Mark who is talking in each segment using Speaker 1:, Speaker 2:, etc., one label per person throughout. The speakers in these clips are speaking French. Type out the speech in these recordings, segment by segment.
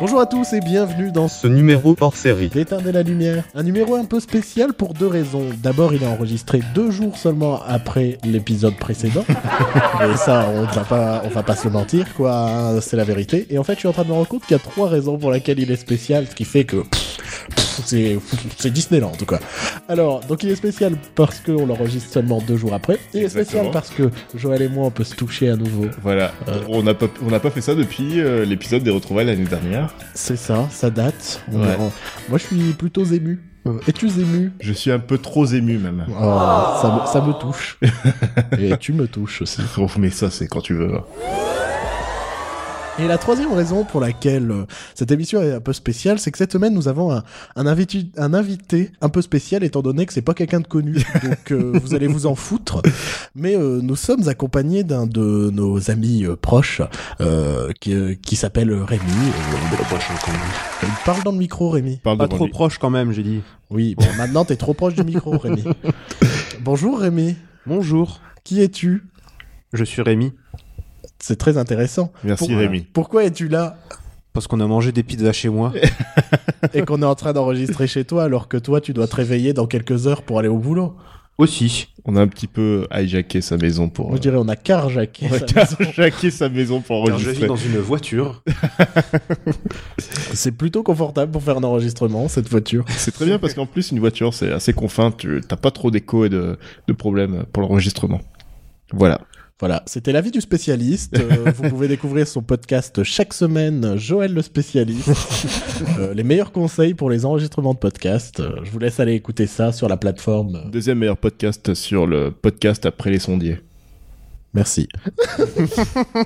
Speaker 1: Bonjour à tous et bienvenue dans
Speaker 2: Ce numéro hors série.
Speaker 1: D'éteindre la lumière. Un numéro un peu spécial pour deux raisons. D'abord, il est enregistré deux jours seulement après l'épisode précédent. et ça, on va pas, on va pas se le mentir, quoi. hein, C'est la vérité. Et en fait, je suis en train de me rendre compte qu'il y a trois raisons pour lesquelles il est spécial, ce qui fait que pff, pff, c'est pff, c'est Disneyland, en tout cas. Alors, donc il est spécial parce qu'on l'enregistre seulement deux jours après. Il est spécial
Speaker 3: Exactement.
Speaker 1: parce que Joël et moi, on peut se toucher à nouveau.
Speaker 3: Voilà,
Speaker 1: Euh.
Speaker 3: on n'a pas, on n'a pas fait ça depuis euh, l'épisode des retrouvailles l'année dernière.
Speaker 1: C'est ça, ça date. On
Speaker 3: Ouais.
Speaker 1: est en- Moi, je suis plutôt ému. Euh, Es-tu ému
Speaker 3: Je suis un peu trop ému même.
Speaker 1: Oh, ça, me, ça me touche. Et tu me touches aussi.
Speaker 3: Oh, mais ça c'est quand tu veux.
Speaker 1: Et la troisième raison pour laquelle euh, cette émission est un peu spéciale, c'est que cette semaine, nous avons un, un, invité, un invité un peu spécial, étant donné que c'est pas quelqu'un de connu. Donc, euh, vous allez vous en foutre. Mais euh, nous sommes accompagnés d'un de nos amis euh, proches, euh, qui, euh, qui s'appelle Rémi. Euh, Parle dans le micro, Rémi.
Speaker 3: Parle
Speaker 2: Pas
Speaker 3: devant
Speaker 2: trop
Speaker 3: lui.
Speaker 2: proche quand même, j'ai dit.
Speaker 1: Oui, bon, maintenant, t'es trop proche du micro, Rémi. Bonjour, Rémi.
Speaker 2: Bonjour,
Speaker 1: Qui es-tu
Speaker 2: je suis Rémi.
Speaker 1: C'est très intéressant.
Speaker 3: Merci
Speaker 1: Pour- euh,
Speaker 3: Rémi.
Speaker 1: Pourquoi es-tu là
Speaker 2: Parce qu'on a mangé des pizzas chez moi.
Speaker 1: et qu'on est en train d'enregistrer chez toi alors que toi tu dois te réveiller dans quelques heures pour aller au boulot
Speaker 2: Aussi.
Speaker 3: On a un petit peu hijacké sa maison pour.
Speaker 1: Moi je dirais on a carjacké.
Speaker 3: on a
Speaker 1: sa maison.
Speaker 3: hijacké sa maison pour
Speaker 2: Car Oh, je
Speaker 3: enregistrer.
Speaker 2: vis dans une voiture.
Speaker 1: C'est plutôt confortable pour faire un enregistrement cette voiture.
Speaker 3: C'est très bien parce qu'en plus une voiture c'est assez confin, tu t'as pas trop d'écho et de, de problèmes pour l'enregistrement. Voilà.
Speaker 1: Voilà, c'était l'avis du spécialiste. Euh, vous pouvez découvrir son podcast chaque semaine, Joël le spécialiste. Euh, les meilleurs conseils pour les enregistrements de podcast. Euh, je vous laisse aller écouter ça sur la plateforme. euh,
Speaker 3: Deuxième meilleur podcast sur le podcast après les sondiers.
Speaker 1: Merci.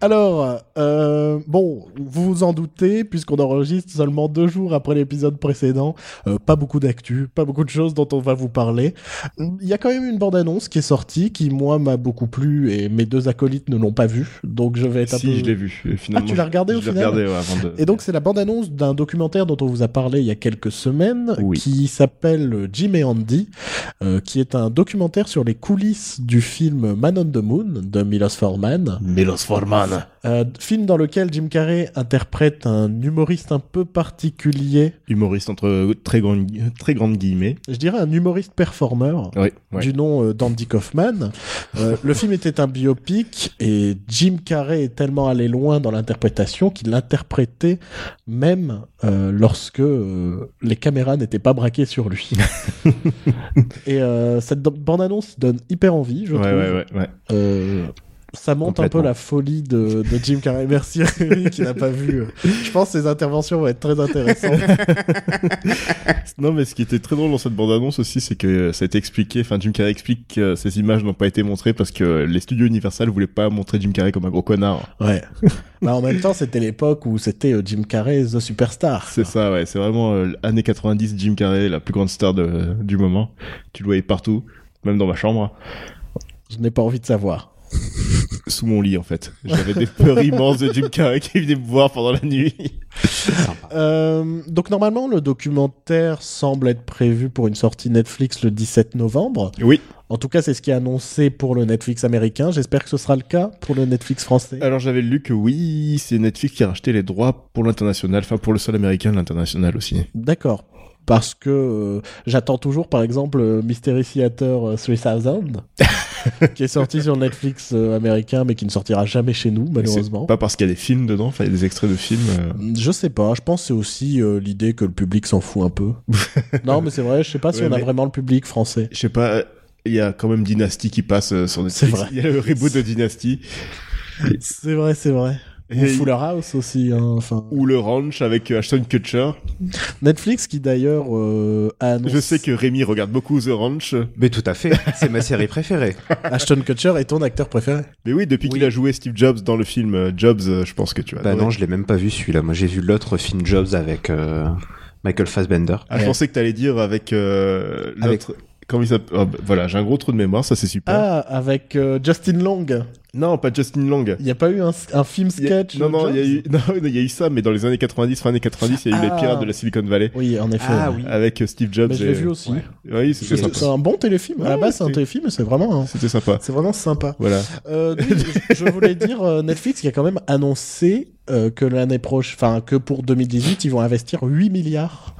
Speaker 1: Alors, euh, bon, vous vous en doutez, puisqu'on enregistre seulement deux jours après l'épisode précédent, euh, pas beaucoup d'actu, pas beaucoup de choses dont on va vous parler. Il y a quand même une bande-annonce qui est sortie, qui, moi, m'a beaucoup plu, et mes deux acolytes ne l'ont pas vue, donc je vais être un
Speaker 3: Si
Speaker 1: peu...
Speaker 3: je l'ai vu et finalement.
Speaker 1: Ah, tu l'as regardé
Speaker 3: je
Speaker 1: au
Speaker 3: l'ai
Speaker 1: final
Speaker 3: regardé, ouais, avant de-
Speaker 1: Et donc c'est la bande-annonce d'un documentaire dont on vous a parlé il y a quelques semaines,
Speaker 3: Oui.
Speaker 1: qui s'appelle Jim et Andy, euh, qui est un documentaire sur les coulisses du film Man on the Moon de Milos Forman.
Speaker 3: Milos Forman.
Speaker 1: Euh, film dans lequel Jim Carrey interprète un humoriste un peu particulier,
Speaker 3: Humoriste entre euh, très grandes très grandes guillemets.
Speaker 1: je dirais un humoriste performeur.
Speaker 3: Oui. ouais.
Speaker 1: Du nom euh, d'Andy Kaufman. Euh, le film était un biopic et Jim Carrey est tellement allé loin dans l'interprétation qu'il l'interprétait même euh, lorsque euh, les caméras n'étaient pas braquées sur lui. et euh, cette do- bande-annonce donne hyper envie, je
Speaker 3: Ouais,
Speaker 1: trouve.
Speaker 3: ouais, ouais, ouais.
Speaker 1: Euh, ça monte un peu
Speaker 3: Complètement.
Speaker 1: la folie de, de Jim Carrey. Merci Rémi qui n'a pas vu. euh. Je pense que ses interventions vont être très intéressantes.
Speaker 3: Non, mais ce qui était très drôle dans cette bande-annonce aussi, c'est que ça a été expliqué. Enfin, Jim Carrey explique que ces images n'ont pas été montrées parce que les studios Universal voulaient pas montrer Jim Carrey comme un gros connard.
Speaker 1: Ouais. Bah, en même temps, c'était l'époque où c'était euh, Jim Carrey the superstar.
Speaker 3: C'est ça, ouais. C'est vraiment euh, années 90, Jim Carrey, la plus grande star de- du moment. Tu le voyais partout, même dans ma chambre,
Speaker 1: Je n'ai pas envie de savoir.
Speaker 3: sous mon lit en fait. J'avais des peurs immenses de Jim Carrey qui venait me voir pendant la nuit.
Speaker 1: Euh, donc normalement, le documentaire semble être prévu pour une sortie Netflix le 17 novembre.
Speaker 3: Oui.
Speaker 1: En tout cas, c'est ce qui est annoncé pour le Netflix américain. J'espère que ce sera le cas pour le Netflix français.
Speaker 3: Alors j'avais lu que oui, c'est Netflix qui a racheté les droits pour l'international, enfin pour le sol américain, l'international aussi.
Speaker 1: D'accord. Parce que euh, j'attends toujours, par exemple, euh, Mystery Theater euh, 3000, qui est sorti sur Netflix euh, américain, mais qui ne sortira jamais chez nous, malheureusement.
Speaker 3: C'est Pas parce qu'il y a des films dedans, enfin il y a des extraits de films. euh,
Speaker 1: Je sais pas, je pense que c'est aussi euh, l'idée que le public s'en fout un peu. non, mais c'est vrai, je sais pas si
Speaker 3: Ouais,
Speaker 1: on a
Speaker 3: mais-
Speaker 1: vraiment le public français.
Speaker 3: Je sais pas, il y a quand même Dynasty qui passe euh, sur Netflix.
Speaker 1: C'est vrai.
Speaker 3: Il y a le reboot de Dynasty.
Speaker 1: C'est vrai, c'est vrai. Ou
Speaker 3: Et-
Speaker 1: Fuller House aussi. hein, enfin.
Speaker 3: Ou le Ranch avec euh, Ashton Kutcher.
Speaker 1: Netflix qui d'ailleurs euh, a annoncé
Speaker 3: Je sais que Rémi regarde beaucoup The Ranch.
Speaker 2: Mais tout à fait, c'est ma série préférée.
Speaker 1: Ashton Kutcher est ton acteur préféré.
Speaker 3: Mais oui, depuis
Speaker 2: Oui.
Speaker 3: qu'il a joué Steve Jobs dans le film euh, Jobs, euh, je pense que tu as.
Speaker 2: Bah
Speaker 3: adoré.
Speaker 2: non, je l'ai même pas vu celui-là. Moi j'ai vu l'autre film Jobs avec euh, Michael Fassbender.
Speaker 3: Ah, je
Speaker 1: Ouais.
Speaker 3: pensais que t'allais dire avec euh,
Speaker 2: Avec-
Speaker 3: Oh, l'autre. Comment il s'appelle Ah, bah, Voilà, j'ai un gros trou de mémoire, ça c'est super.
Speaker 1: Ah, avec euh, Justin Long.
Speaker 3: Non, pas Justin Long.
Speaker 1: Il n'y a pas eu un, un film
Speaker 3: Il y a-
Speaker 1: sketch
Speaker 3: Non, non, il y, a
Speaker 1: Jobs
Speaker 3: eu... non, il y a eu ça, mais dans les années 90, fin années 90, il y a eu
Speaker 1: Ah.
Speaker 3: les pirates de la Silicon Valley
Speaker 1: Oui, en effet.
Speaker 2: Ah oui.
Speaker 3: avec euh, Steve Jobs.
Speaker 1: Mais je
Speaker 3: et- euh,
Speaker 1: l'ai vu aussi.
Speaker 2: ouais.
Speaker 3: Oui, c'était
Speaker 1: C'est c'est
Speaker 3: sympa.
Speaker 1: un bon téléfilm. à la
Speaker 3: Ouais,
Speaker 1: base, c'est un
Speaker 3: c'était-
Speaker 1: téléfilm, mais c'est vraiment, hein,
Speaker 3: C'était sympa.
Speaker 1: c'est vraiment sympa.
Speaker 3: Voilà.
Speaker 1: Euh, oui, je- je voulais dire euh, Netflix qui a quand même annoncé euh, que l'année prochaine, enfin que pour 2018, ils vont investir 8 milliards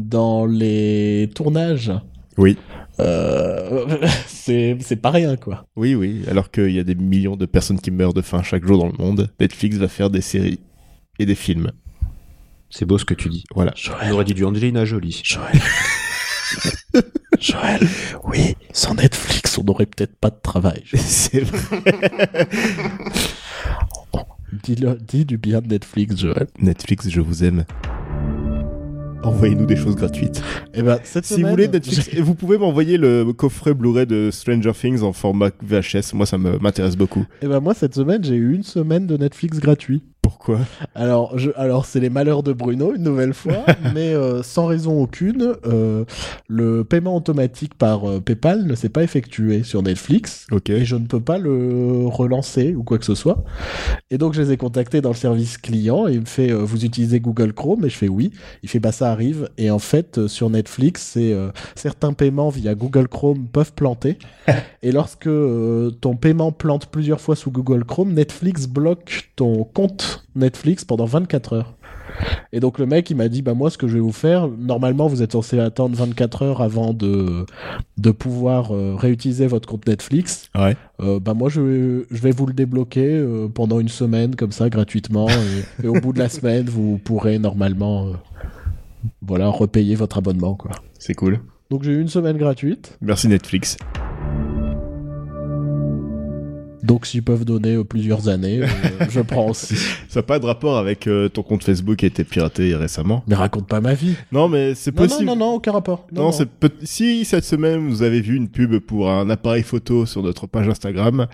Speaker 1: dans les tournages.
Speaker 3: Oui.
Speaker 1: Euh, c'est c'est pas rien quoi.
Speaker 3: Oui, oui. Alors qu'il y a des millions de personnes qui meurent de faim chaque jour dans le monde, Netflix va faire des séries et des films.
Speaker 2: C'est beau ce que tu dis.
Speaker 3: Voilà.
Speaker 2: On aurait dit du Angelina Jolie.
Speaker 1: Joël. Joël. Oui, sans Netflix, on n'aurait peut-être pas de travail.
Speaker 3: C'est vrai.
Speaker 1: Dis, le- dis du bien de Netflix, Joël.
Speaker 3: Netflix, je vous aime. Envoyez-nous des choses gratuites.
Speaker 1: Et ben, cette
Speaker 3: Si vous
Speaker 1: semaine-
Speaker 3: voulez Netflix, et vous pouvez m'envoyer le coffret Blu-ray de Stranger Things en format VHS. Moi, ça me- m'intéresse beaucoup.
Speaker 1: Eh ben moi cette semaine j'ai eu une semaine de Netflix gratuit.
Speaker 3: Pourquoi
Speaker 1: Alors je, alors c'est les malheurs de Bruno une nouvelle fois, mais euh, sans raison aucune, euh, le paiement automatique par euh, PayPal ne s'est pas effectué sur Netflix.
Speaker 3: Ok.
Speaker 1: Et je ne peux pas le relancer ou quoi que ce soit. Et donc je les ai contactés dans le service client et il me fait euh, vous utilisez Google Chrome et je fais oui. Il fait bah ça arrive et en fait euh, sur Netflix c'est euh, certains paiements via Google Chrome peuvent planter et lorsque euh, ton paiement plante plusieurs fois sous Google Chrome Netflix bloque ton compte Netflix pendant 24 heures. Et donc le mec il m'a dit bah moi ce que je vais vous faire normalement vous êtes censé attendre 24 heures avant de de pouvoir euh, réutiliser votre compte Netflix
Speaker 3: Ouais.
Speaker 1: euh, bah moi je vais, je vais vous le débloquer euh, pendant une semaine comme ça gratuitement et, et au bout de la semaine vous pourrez normalement euh, voilà repayer votre abonnement quoi.
Speaker 3: C'est cool.
Speaker 1: Donc j'ai eu une semaine gratuite.
Speaker 3: Merci Netflix.
Speaker 1: Donc s'ils peuvent donner euh, plusieurs années, euh, je prends aussi.
Speaker 3: Ça n'a pas de rapport avec euh, ton compte Facebook qui a été piraté récemment
Speaker 1: Mais raconte pas ma vie.
Speaker 3: Non, mais c'est
Speaker 1: Non,
Speaker 3: possible.
Speaker 1: non non non, aucun rapport.
Speaker 3: Non, c'est peut- si cette semaine vous avez vu une pub pour un appareil photo sur notre page Instagram,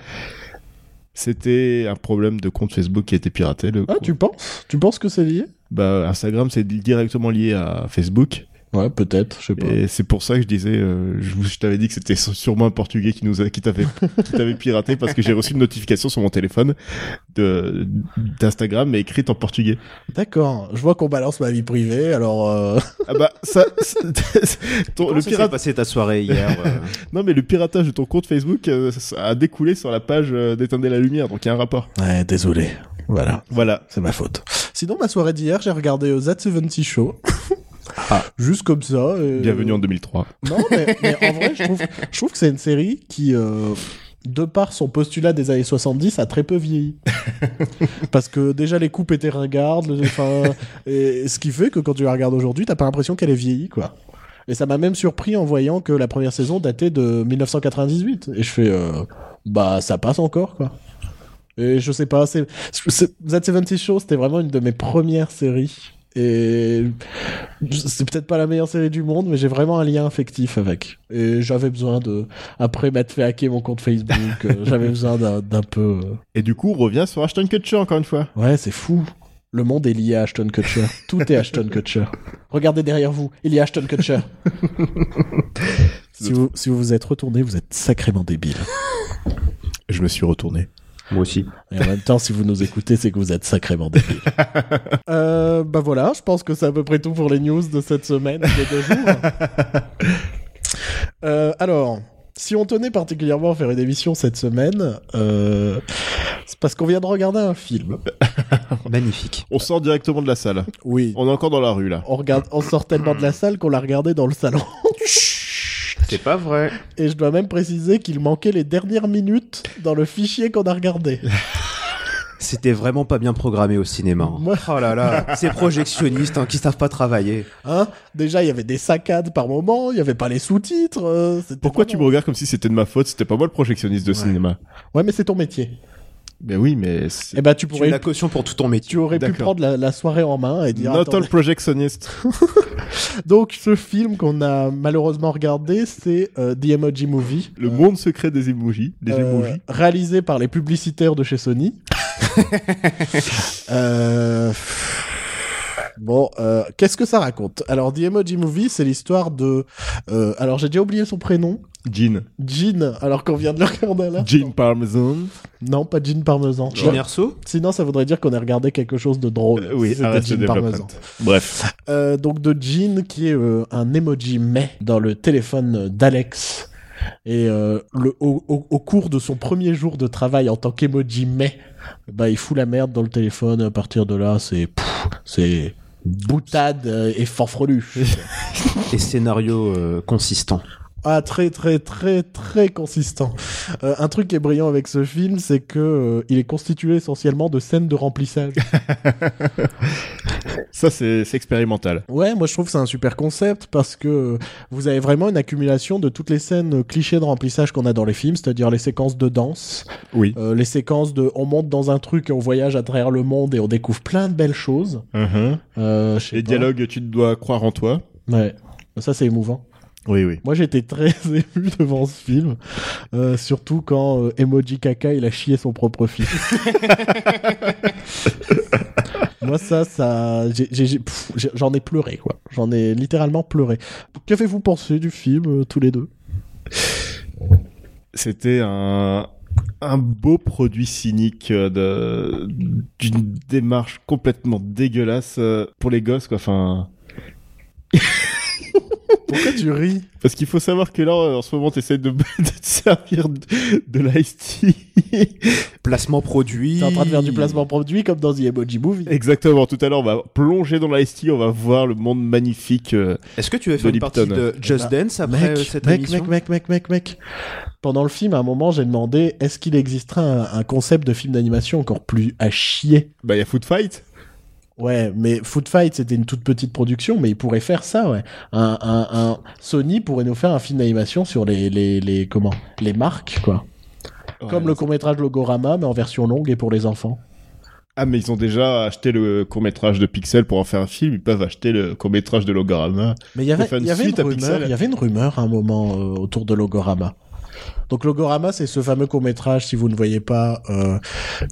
Speaker 3: c'était un problème de compte Facebook qui était piraté. Le
Speaker 1: Ah
Speaker 3: compte-
Speaker 1: tu penses Tu penses que c'est lié
Speaker 3: bah, Instagram c'est di- directement lié à Facebook
Speaker 1: Ouais peut-être, je sais pas.
Speaker 3: et c'est pour ça que je disais, euh, je, vous- je t'avais dit que c'était sû- sûrement un Portugais qui nous a, qui t'avait qui t'avait piraté parce que j'ai reçu une notification sur mon téléphone de d'Instagram mais écrite en portugais.
Speaker 1: D'accord, je vois qu'on balance ma vie privée alors. euh,
Speaker 3: Ah bah ça, c'est- ton-
Speaker 2: Comment
Speaker 3: le
Speaker 2: ça
Speaker 3: pirate
Speaker 2: s'est passé ta soirée hier euh
Speaker 3: Non, mais le piratage de ton compte Facebook euh, ça a découlé sur la page euh, d'éteindre la lumière, donc il y a un rapport.
Speaker 1: Ouais désolé. Voilà.
Speaker 3: Voilà.
Speaker 1: C'est ma faute. Sinon, ma soirée d'hier, j'ai regardé euh, That 70 Show. Juste comme ça. euh,
Speaker 3: Bienvenue en 2003.
Speaker 1: Non, mais, mais en vrai, je trouve, je trouve que c'est une série qui, euh, de par son postulat des années 70, a très peu vieilli. Parce que déjà, les coupes étaient ringardes. le- enfin, et ce qui fait que quand tu la regardes aujourd'hui, t'as pas l'impression qu'elle est vieillie, quoi. Et ça m'a même surpris en voyant que la première saison datait de 1998. Et je fais, euh, bah, ça passe encore, quoi. Et je sais pas, c'est, c'est- That 70 Show, c'était vraiment une de mes premières séries. Et c'est peut-être pas la meilleure série du monde, mais j'ai vraiment un lien affectif avec. Et j'avais besoin de. Après m'être fait hacker mon compte Facebook, euh, j'avais besoin d'un d'un peu. euh,
Speaker 3: Et du coup, on revient sur Ashton Kutcher encore une fois.
Speaker 1: Ouais, c'est fou. Le monde est lié à Ashton Kutcher. Tout est Ashton Kutcher. Regardez derrière vous, il y a Ashton Kutcher. si, vous, si vous vous êtes retourné, vous êtes sacrément débile.
Speaker 3: Je me suis retourné.
Speaker 2: Moi aussi.
Speaker 1: Et en même temps, si vous nous écoutez, c'est que vous êtes sacrément débile. euh, bah voilà, je pense que c'est à peu près tout pour les news de cette semaine, de deux jours. Euh, alors, si on tenait particulièrement à faire une émission cette semaine, euh, c'est parce qu'on vient de regarder un film.
Speaker 2: Magnifique.
Speaker 3: On sort directement de la salle.
Speaker 1: Oui.
Speaker 3: On est encore dans la rue là.
Speaker 1: On, regarde, on sort tellement de la salle qu'on l'a regardé dans le salon.
Speaker 2: C'est pas vrai.
Speaker 1: Et je dois même préciser qu'il manquait les dernières minutes dans le fichier qu'on a regardé.
Speaker 2: C'était vraiment pas bien programmé au cinéma. hein.
Speaker 1: Moi-
Speaker 2: Oh là là, ces projectionnistes hein, qui savent pas travailler.
Speaker 1: Hein Déjà, il y avait des saccades par moment, il n'y avait pas les sous-titres. euh, c'était
Speaker 3: Pourquoi
Speaker 1: vraiment-
Speaker 3: tu me regardes comme si c'était de ma faute C'était pas moi le projectionniste de cinéma.
Speaker 1: Ouais, mais c'est ton métier.
Speaker 3: Ben oui, mais
Speaker 1: Eh
Speaker 3: c'est...
Speaker 1: ben, tu
Speaker 2: Tu as
Speaker 1: pourrais,
Speaker 2: la
Speaker 1: tu,
Speaker 2: caution pour tout ton métier.
Speaker 1: aurais pu
Speaker 3: D'accord.
Speaker 1: prendre la, la soirée en main et dire.
Speaker 3: Eh, Not
Speaker 1: attendez.
Speaker 3: all projectionniste.
Speaker 1: Donc, ce film qu'on a malheureusement regardé, c'est euh, The Emoji Movie.
Speaker 3: Le monde secret des emojis. Des
Speaker 1: Euh,
Speaker 3: emojis.
Speaker 1: réalisé par les publicitaires de chez Sony. Euh, Bon, euh, qu'est-ce que ça raconte Alors, The Emoji Movie, c'est l'histoire de... euh, alors, j'ai déjà oublié son prénom.
Speaker 3: Jean.
Speaker 1: Jean, alors qu'on vient de le regarder là.
Speaker 3: Jean Parmesan.
Speaker 1: Non, pas Jean Parmesan.
Speaker 2: Gin
Speaker 1: Ouais.
Speaker 2: Erso
Speaker 1: Sinon, ça voudrait dire qu'on a regardé quelque chose de drôle.
Speaker 3: Euh, oui,
Speaker 1: C'était
Speaker 3: Arrested
Speaker 1: Jean
Speaker 3: Development.
Speaker 1: Parmesan.
Speaker 3: Bref.
Speaker 1: Euh, donc de Jean qui est euh, un emoji mais dans le téléphone d'Alex. Et euh, le, au, au- au cours de son premier jour de travail en tant qu'emoji mais, bah, il fout la merde dans le téléphone. À partir de là, c'est pff, c'est boutade euh, et fanfreluche.
Speaker 2: et scénario euh, consistant.
Speaker 1: Ah, très, très, très, très consistant. Euh, un truc qui est brillant avec ce film, c'est que euh, il est constitué essentiellement de scènes de remplissage.
Speaker 3: Ça, c'est c'est expérimental.
Speaker 1: Ouais, moi je trouve que c'est un super concept parce que euh, vous avez vraiment une accumulation de toutes les scènes euh, clichés de remplissage qu'on a dans les films, c'est-à-dire les séquences de danse,
Speaker 3: Oui.
Speaker 1: euh, les séquences de on monte dans un truc et on voyage à travers le monde et on découvre plein de belles choses.
Speaker 3: Mhm.
Speaker 1: Euh, je sais
Speaker 3: Les
Speaker 1: pas.
Speaker 3: dialogues, tu dois croire en toi.
Speaker 1: Ouais. Ça c'est émouvant.
Speaker 3: Oui, oui.
Speaker 1: Moi j'étais très ému devant ce film, euh, surtout quand euh, Emoji Kaka il a chié son propre fils. Moi ça, ça, j'ai- j'ai- j'ai- pff, j'ai- j'en ai, pleuré quoi. J'en ai littéralement pleuré. Qu'avez-vous pensé du film euh, tous les deux
Speaker 3: C'était un, un beau produit cynique euh, de- d'une démarche complètement dégueulasse euh, pour les gosses, quoi. Enfin,
Speaker 1: Pourquoi tu ris
Speaker 3: parce qu'il faut savoir que là, en ce moment, t'essayes de, de te servir de, de l'ice tea.
Speaker 2: Placement produit.
Speaker 1: T'es en train de faire du placement produit comme dans The Emoji Movie.
Speaker 3: Exactement. Tout à l'heure, on va plonger dans l'ice tea, on va voir le monde magnifique. euh,
Speaker 2: Est-ce que tu veux faire
Speaker 3: de
Speaker 2: une partie
Speaker 3: Lipton.
Speaker 2: de Just
Speaker 1: Eh ben,
Speaker 2: Dance après euh,
Speaker 1: Mec,
Speaker 2: cette
Speaker 1: mec,
Speaker 2: émission
Speaker 1: mec, mec, mec, mec, mec. Pendant le film, à un moment, j'ai demandé est-ce qu'il existera un, un concept de film d'animation encore plus à chier
Speaker 3: Bah, il y a Food Fight.
Speaker 1: Ouais, mais Food Fight, c'était une toute petite production, mais ils pourraient faire ça, ouais. Un, un, un... Sony pourrait nous faire un film d'animation sur les, les, les, comment les marques, quoi. Comme le court-métrage Logorama, mais en version longue et pour les enfants.
Speaker 3: Ah, mais ils ont déjà acheté le court-métrage de Pixel pour en faire un film. Ils peuvent acheter le court-métrage de Logorama.
Speaker 1: Mais il y avait,
Speaker 3: faire une
Speaker 1: il y avait
Speaker 3: suite
Speaker 1: une
Speaker 3: à
Speaker 1: rumeur,
Speaker 3: Pixel.
Speaker 1: il y avait une rumeur à un moment euh, autour de Logorama. Donc Logorama, c'est ce fameux court-métrage, si vous ne voyez pas, euh,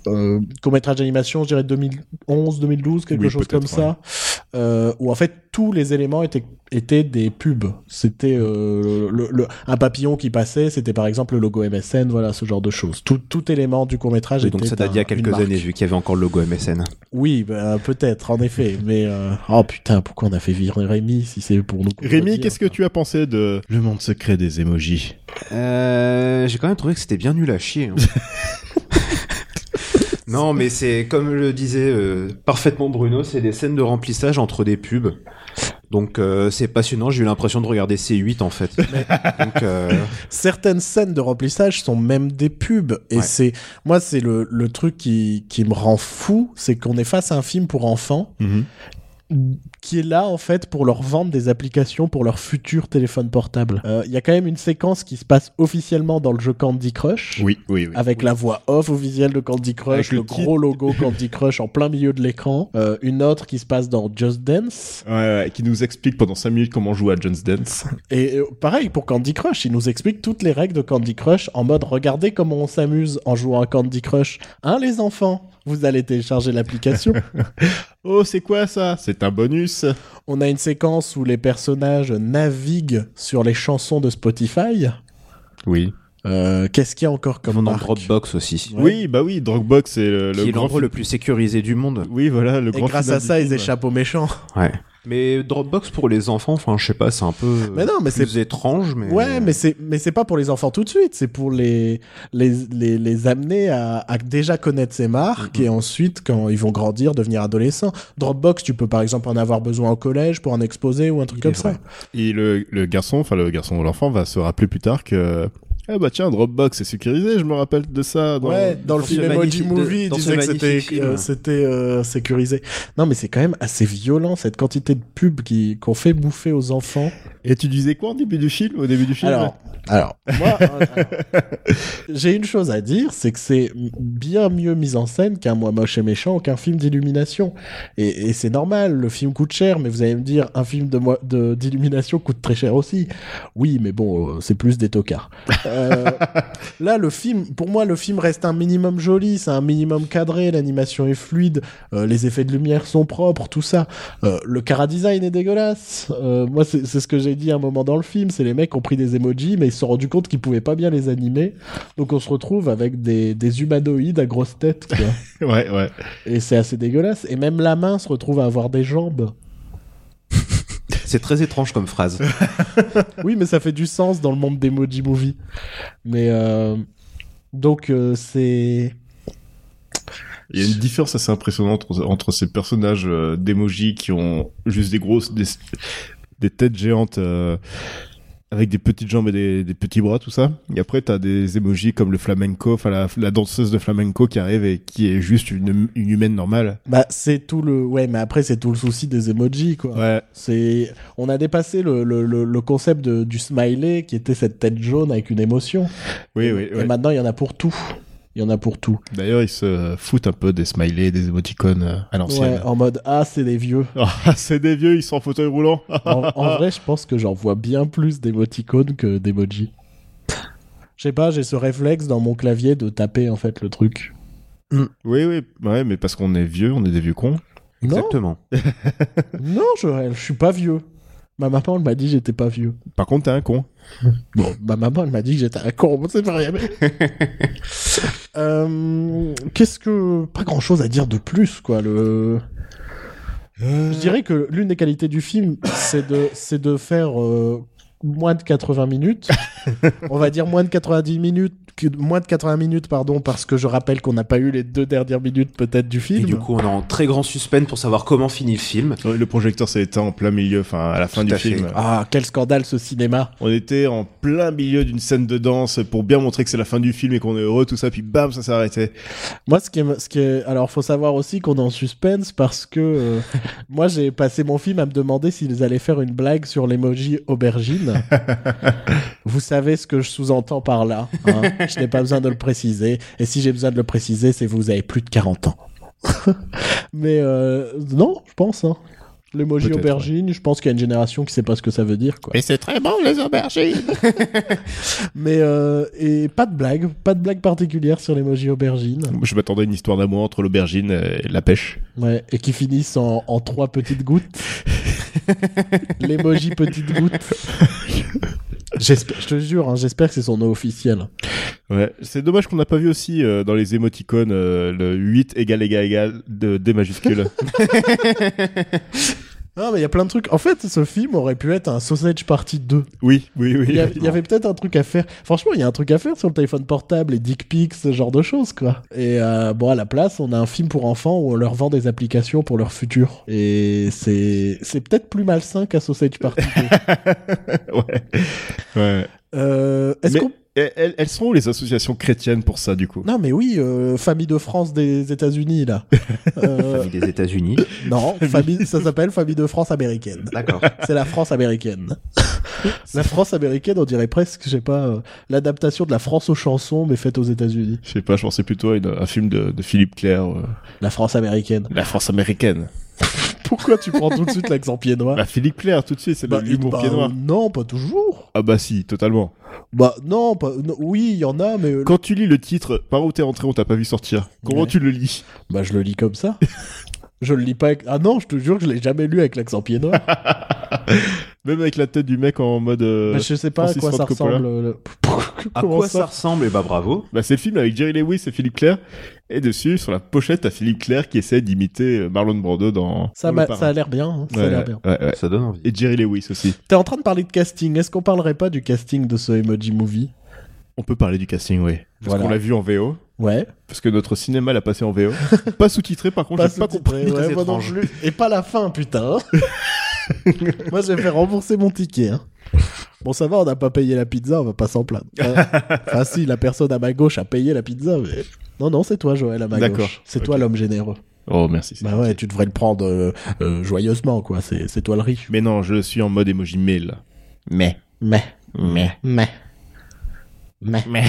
Speaker 1: euh, court-métrage d'animation, je dirais 2011, 2012, quelque
Speaker 3: Oui,
Speaker 1: chose comme
Speaker 3: peut-être,
Speaker 1: ça, euh, où en fait tous les éléments étaient, étaient des pubs. C'était euh, le- le- un papillon qui passait, c'était par exemple le logo MSN, voilà ce genre de choses. Tout, tout élément du court-métrage
Speaker 2: Oui,
Speaker 1: était
Speaker 2: donc ça date d'il y
Speaker 1: un-
Speaker 2: a
Speaker 1: une
Speaker 2: quelques
Speaker 1: marque.
Speaker 2: années vu qu'il y avait encore le logo MSN.
Speaker 1: Oui, bah, peut-être, en effet, mais... euh, Oh putain, pourquoi on a fait virer Rémi si c'est pour nous...
Speaker 3: Rémi,
Speaker 1: contredire,
Speaker 3: qu'est-ce que
Speaker 1: enfin.
Speaker 3: tu as pensé de Le monde secret des émojis
Speaker 2: Euh, j'ai quand même trouvé que c'était bien nul à chier. hein. non, mais c'est comme le disait euh, parfaitement Bruno, c'est des scènes de remplissage entre des pubs. Donc euh, c'est passionnant, j'ai eu l'impression de regarder C8 en fait. Donc, euh,
Speaker 1: certaines scènes de remplissage sont même des pubs. Et
Speaker 2: Ouais.
Speaker 1: c'est, moi, c'est le, le truc qui, qui me rend fou, c'est qu'on est face à un film pour enfants qui est là, en fait, pour leur vendre des applications pour leur futur téléphone portable. Euh, Il y a quand même une séquence qui se passe officiellement dans le jeu Candy Crush.
Speaker 3: Oui, oui, oui.
Speaker 1: Avec la voix off officielle de Candy Crush,
Speaker 3: Avec
Speaker 1: le,
Speaker 3: le
Speaker 1: gros logo Candy Crush en plein milieu de l'écran, Euh, une autre qui se passe dans Just Dance,
Speaker 3: Ouais, ouais, qui nous explique pendant 5 minutes comment jouer à John's Dance.
Speaker 1: et euh, pareil pour Candy Crush, il nous explique toutes les règles de Candy Crush en mode regardez comment on s'amuse en jouant à Candy Crush. Hein les enfants Vous allez télécharger l'application.
Speaker 3: Oh, c'est quoi ça C'est un bonus.
Speaker 1: on a une séquence où les personnages naviguent sur les chansons de Spotify.
Speaker 3: Oui.
Speaker 1: Euh, Qu'est-ce qu'il y a encore
Speaker 2: comme
Speaker 1: comme
Speaker 2: dans
Speaker 1: marque
Speaker 2: Dropbox aussi,
Speaker 1: Ouais.
Speaker 3: Oui, bah oui, Dropbox, c'est le,
Speaker 2: qui est
Speaker 3: grand
Speaker 2: l'endroit
Speaker 3: fi-
Speaker 2: le plus sécurisé du monde.
Speaker 3: Oui, voilà, le
Speaker 1: Et
Speaker 3: grand
Speaker 1: grâce
Speaker 3: final
Speaker 1: à ça,
Speaker 3: du
Speaker 1: ils
Speaker 3: film.
Speaker 1: échappent aux méchants.
Speaker 2: Ouais. Mais Dropbox pour les enfants, enfin je sais pas, c'est un peu
Speaker 1: Mais non, mais
Speaker 2: plus étrange, mais
Speaker 1: Ouais, mais c'est mais c'est pas pour les enfants tout de suite, c'est pour les les, les, les amener à, à déjà connaître ces marques
Speaker 2: Mm-hmm.
Speaker 1: et ensuite quand ils vont grandir devenir adolescents. Dropbox, tu peux par exemple en avoir besoin au collège pour un exposé ou un truc
Speaker 2: Il
Speaker 1: comme
Speaker 2: est
Speaker 1: ça.
Speaker 2: vrai.
Speaker 3: Et le, le garçon, enfin le garçon ou l'enfant va se rappeler plus tard que. Ah bah tiens, Dropbox, c'est sécurisé, je me rappelle de ça. dans-
Speaker 1: ouais, dans le
Speaker 2: dans
Speaker 1: film
Speaker 2: ce
Speaker 1: Emoji
Speaker 2: magnifique-
Speaker 1: Movie, ils
Speaker 2: dans ce
Speaker 1: disaient que c'était
Speaker 2: magnifique film.
Speaker 1: euh, c'était euh, sécurisé. Non, mais c'est quand même assez violent cette quantité de pubs qui qu'on fait bouffer aux enfants.
Speaker 3: Et tu disais quoi au début du film Au début du film
Speaker 1: Alors, alors, moi, euh, alors, j'ai une chose à dire, c'est que c'est bien mieux mis en scène qu'un moi moche et méchant, ou qu'un film d'illumination. Et, et c'est normal, le film coûte cher, mais vous allez me dire, un film de moi- de- d'illumination coûte très cher aussi. Oui, mais bon, euh, c'est plus des tocards. Euh, Euh, là, le film, pour moi, le film reste un minimum joli, c'est un minimum cadré, l'animation est fluide, euh, les effets de lumière sont propres, tout ça. Euh, le chara-design est dégueulasse. Euh, moi, c'est c'est ce que j'ai dit à un moment dans le film, c'est les mecs ont pris des emojis, mais ils se sont rendus compte qu'ils pouvaient pas bien les animer. Donc on se retrouve avec des, des humanoïdes à grosse tête, quoi.
Speaker 3: ouais, ouais.
Speaker 1: Et c'est assez dégueulasse. Et même la main se retrouve à avoir des jambes.
Speaker 2: C'est très étrange comme phrase.
Speaker 1: Oui, mais ça fait du sens dans le monde des Moji Movie. Mais euh, donc euh, c'est
Speaker 3: Il y a une différence assez impressionnante entre, entre ces personnages euh, d'emoji qui ont juste des grosses, des, des têtes géantes euh, avec des petites jambes et des, des petits bras, tout ça. Et après, t'as des emojis comme le flamenco, enfin la, la danseuse de flamenco qui arrive et qui est juste une, une humaine normale.
Speaker 1: bah c'est tout le ouais, mais après c'est tout le souci des emojis quoi.
Speaker 3: Ouais,
Speaker 1: C'est on a dépassé le, le, le, le concept de- du smiley qui était cette tête jaune avec une émotion.
Speaker 3: oui, oui.
Speaker 1: Et
Speaker 3: ouais.
Speaker 1: maintenant il y en a pour tout. Il y en a pour tout.
Speaker 3: D'ailleurs, ils se foutent un peu des smileys, des émoticônes euh, à
Speaker 1: Ouais,
Speaker 3: l'ancienne.
Speaker 1: en mode ah c'est des vieux.
Speaker 3: Ah, c'est des vieux, ils sont en fauteuil roulant. Ah.
Speaker 1: En, en vrai, je pense que j'en vois bien plus d'émoticônes que d'emojis. Je sais pas, j'ai ce réflexe dans mon clavier de taper en fait le truc.
Speaker 3: oui, oui, ouais, mais parce qu'on est vieux, on est des vieux cons.
Speaker 1: Non,
Speaker 2: Exactement.
Speaker 1: Non, Joël, je suis pas vieux. Ma maman, elle m'a dit que j'étais pas vieux.
Speaker 3: Par contre, t'es un con.
Speaker 1: Bon, bah, ma maman, elle m'a dit que j'étais un con, on sait pas rien. Euh, Qu'est-ce que... Pas grand-chose à dire de plus, quoi. Le...
Speaker 2: Euh.
Speaker 1: Je dirais que l'une des qualités du film, c'est de, c'est de faire euh, moins de 80 minutes. on va dire moins de 90 minutes, que- moins de 80 minutes, pardon, parce que je rappelle qu'on n'a pas eu les deux dernières minutes peut-être du
Speaker 2: Et
Speaker 1: film.
Speaker 2: du coup, on est en très grand suspense pour savoir comment finit le film.
Speaker 3: Ouais, Le projecteur s'est éteint en plein milieu, enfin à la fin
Speaker 2: Tout
Speaker 3: du
Speaker 2: à fait.
Speaker 3: film.
Speaker 1: Ah, quel scandale ce cinéma.
Speaker 3: On était en plein milieu d'une scène de danse pour bien montrer que c'est la fin du film et qu'on est heureux, tout ça, puis bam, ça s'est arrêté.
Speaker 1: Moi, ce qui est, ce qui est- alors, faut savoir aussi qu'on est en suspense parce que euh, moi, j'ai passé mon film à me demander s'ils allaient faire une blague sur l'emoji aubergine. Vous savez ce que je sous-entends par là. hein. Je n'ai pas besoin de le préciser. Et si j'ai besoin de le préciser, c'est vous avez plus de 40 ans. Mais euh, non, je pense. Hein. L'emoji
Speaker 3: Peut-être,
Speaker 1: aubergine, je pense qu'il y a une génération qui sait pas ce que ça veut dire. Quoi.
Speaker 3: Mais c'est très bon, les aubergines
Speaker 1: Mais euh, et pas de blague, pas de blague particulière sur l'emoji aubergine.
Speaker 3: Je m'attendais à une histoire d'amour entre l'aubergine et la pêche.
Speaker 1: Ouais, et qui finissent en, en trois petites gouttes. L'emoji petite goutte. J'espère- Je te jure, hein, j'espère que c'est son nom officiel.
Speaker 3: Ouais, c'est dommage qu'on n'a pas vu aussi euh, dans les émoticônes euh, le 8 égal égal égal de, des majuscules.
Speaker 1: Ah, mais il y a plein de trucs. En fait, ce film aurait pu être un Sausage Party 2.
Speaker 3: oui, oui, oui.
Speaker 1: Il y, a- il y avait peut-être un truc à faire. Franchement, il y a un truc à faire sur le téléphone portable, les dick pics, ce genre de choses, quoi. Et euh, bon, à la place, on a un film pour enfants où on leur vend des applications pour leur futur. Et c'est c'est peut-être plus malsain qu'un Sausage Party 2.
Speaker 3: ouais. ouais.
Speaker 1: Euh, Est-ce
Speaker 3: Mais-
Speaker 1: qu'on
Speaker 3: Et Elles, elles sont où les associations chrétiennes pour ça, du coup
Speaker 1: Non, mais oui, euh, famille de France des États-Unis, là. Euh,
Speaker 2: Famille des États-Unis.
Speaker 1: non, famille, ça s'appelle famille de France américaine.
Speaker 2: D'accord.
Speaker 1: C'est la France américaine. la France américaine, on dirait presque, je sais pas, euh, l'adaptation de la France aux chansons, mais faite aux États-Unis.
Speaker 3: Je sais pas, je pensais plutôt à une- un film de, de Philippe Clair, euh,
Speaker 1: La France américaine.
Speaker 3: La France américaine.
Speaker 1: Pourquoi tu prends tout de suite l'accent pied noir
Speaker 3: Bah, Philippe Clair, tout de suite, c'est
Speaker 1: Bah,
Speaker 3: de l'humour
Speaker 1: bah,
Speaker 3: pied noir.
Speaker 1: Non, pas toujours.
Speaker 3: Ah bah si, totalement.
Speaker 1: Bah non, pas- non, oui, il y en a, mais euh,
Speaker 3: Quand tu lis le titre, par où t'es rentré, on t'a pas vu sortir. Comment
Speaker 1: Ouais.
Speaker 3: tu le lis
Speaker 1: bah je le lis comme ça. je le lis pas avec... Ah non, je te jure que je l'ai jamais lu avec l'accent pied noir.
Speaker 3: Même avec la tête du mec en mode... euh,
Speaker 1: Bah, je sais pas à
Speaker 3: Francis
Speaker 1: quoi ça
Speaker 3: Ford Coppola.
Speaker 1: ressemble. euh, le-
Speaker 2: À
Speaker 1: Comment
Speaker 2: quoi ça, ressemble Eh bah bravo.
Speaker 3: Bah c'est le film avec Jerry Lewis et Philippe Clair. Et dessus, sur la pochette, t'as Philippe Clair qui essaie d'imiter euh, Marlon Brando dans...
Speaker 1: Ça,
Speaker 3: dans
Speaker 1: m'a-
Speaker 3: Le Parrain.
Speaker 1: ça a l'air bien. hein, ça a
Speaker 3: Ouais,
Speaker 1: l'air bien.
Speaker 3: ouais, ouais.
Speaker 2: Ça donne envie.
Speaker 3: Et Jerry Lewis aussi.
Speaker 1: T'es en train de parler de casting. Est-ce qu'on parlerait pas du casting de ce Emoji Movie
Speaker 3: On peut parler du casting, oui. Parce
Speaker 1: Voilà.
Speaker 3: qu'on l'a vu en VO.
Speaker 1: Ouais.
Speaker 3: Parce que notre cinéma l'a passé en VO. pas sous-titré, par contre, j'ai pas compris.
Speaker 1: sous-titré,
Speaker 2: très
Speaker 1: ouais, moi non
Speaker 2: étrange.
Speaker 1: plus. Et pas la fin, putain. hein. moi, je vais faire rembourser mon ticket. hein. Bon, ça va, on n'a pas payé la pizza, on va pas s'en plaindre. Euh, Enfin, si, la personne à ma gauche a payé la pizza, mais... Non, non, c'est toi, Joël, à ma
Speaker 3: D'accord.
Speaker 1: gauche. C'est toi l'homme généreux.
Speaker 3: Oh, merci. c'est
Speaker 1: Bah
Speaker 3: gentil.
Speaker 1: ouais, tu devrais le prendre euh, euh, joyeusement, quoi. C'est c'est toi le riche.
Speaker 3: Mais non, je suis en mode emoji mail. Mais.
Speaker 1: Mais,
Speaker 3: Mais.
Speaker 1: mais... Mais.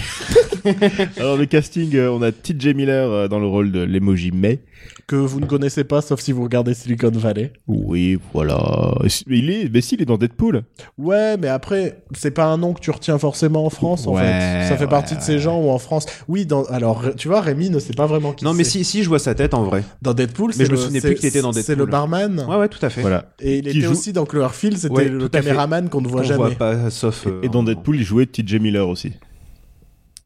Speaker 3: Alors le casting, euh, on a TJ Miller euh, dans le rôle de l'emoji mais.
Speaker 1: Que vous ne connaissez pas, sauf si vous regardez Silicon Valley.
Speaker 3: Oui, voilà. Mais il est, mais si, il est dans Deadpool.
Speaker 1: Ouais, mais après, c'est pas un nom que tu retiens forcément en France, en
Speaker 3: Ouais,
Speaker 1: fait. Ça fait
Speaker 3: ouais,
Speaker 1: partie de ces
Speaker 3: ouais.
Speaker 1: gens où en France. Oui, dans... alors, tu vois, Rémi ne sait pas vraiment qui
Speaker 2: Non, mais
Speaker 1: c'est.
Speaker 2: si, si, je vois sa tête en vrai.
Speaker 1: Dans Deadpool,
Speaker 2: Mais
Speaker 1: c'est
Speaker 2: je me
Speaker 1: le-
Speaker 2: souvenais
Speaker 1: c'est-
Speaker 2: plus qu'il était dans
Speaker 1: C'est le
Speaker 2: Deadpool.
Speaker 1: barman.
Speaker 2: Ouais, ouais, tout à fait.
Speaker 3: Voilà.
Speaker 1: Et il
Speaker 3: Qui
Speaker 1: était
Speaker 3: joue-
Speaker 1: aussi dans Cloverfield, c'était
Speaker 2: Ouais,
Speaker 1: le
Speaker 2: tout à fait.
Speaker 1: caméraman qu'on ne voit
Speaker 2: Qu'on
Speaker 1: jamais.
Speaker 2: voit pas, sauf. euh,
Speaker 3: Et dans
Speaker 2: en-
Speaker 3: Deadpool, il jouait TJ Miller aussi.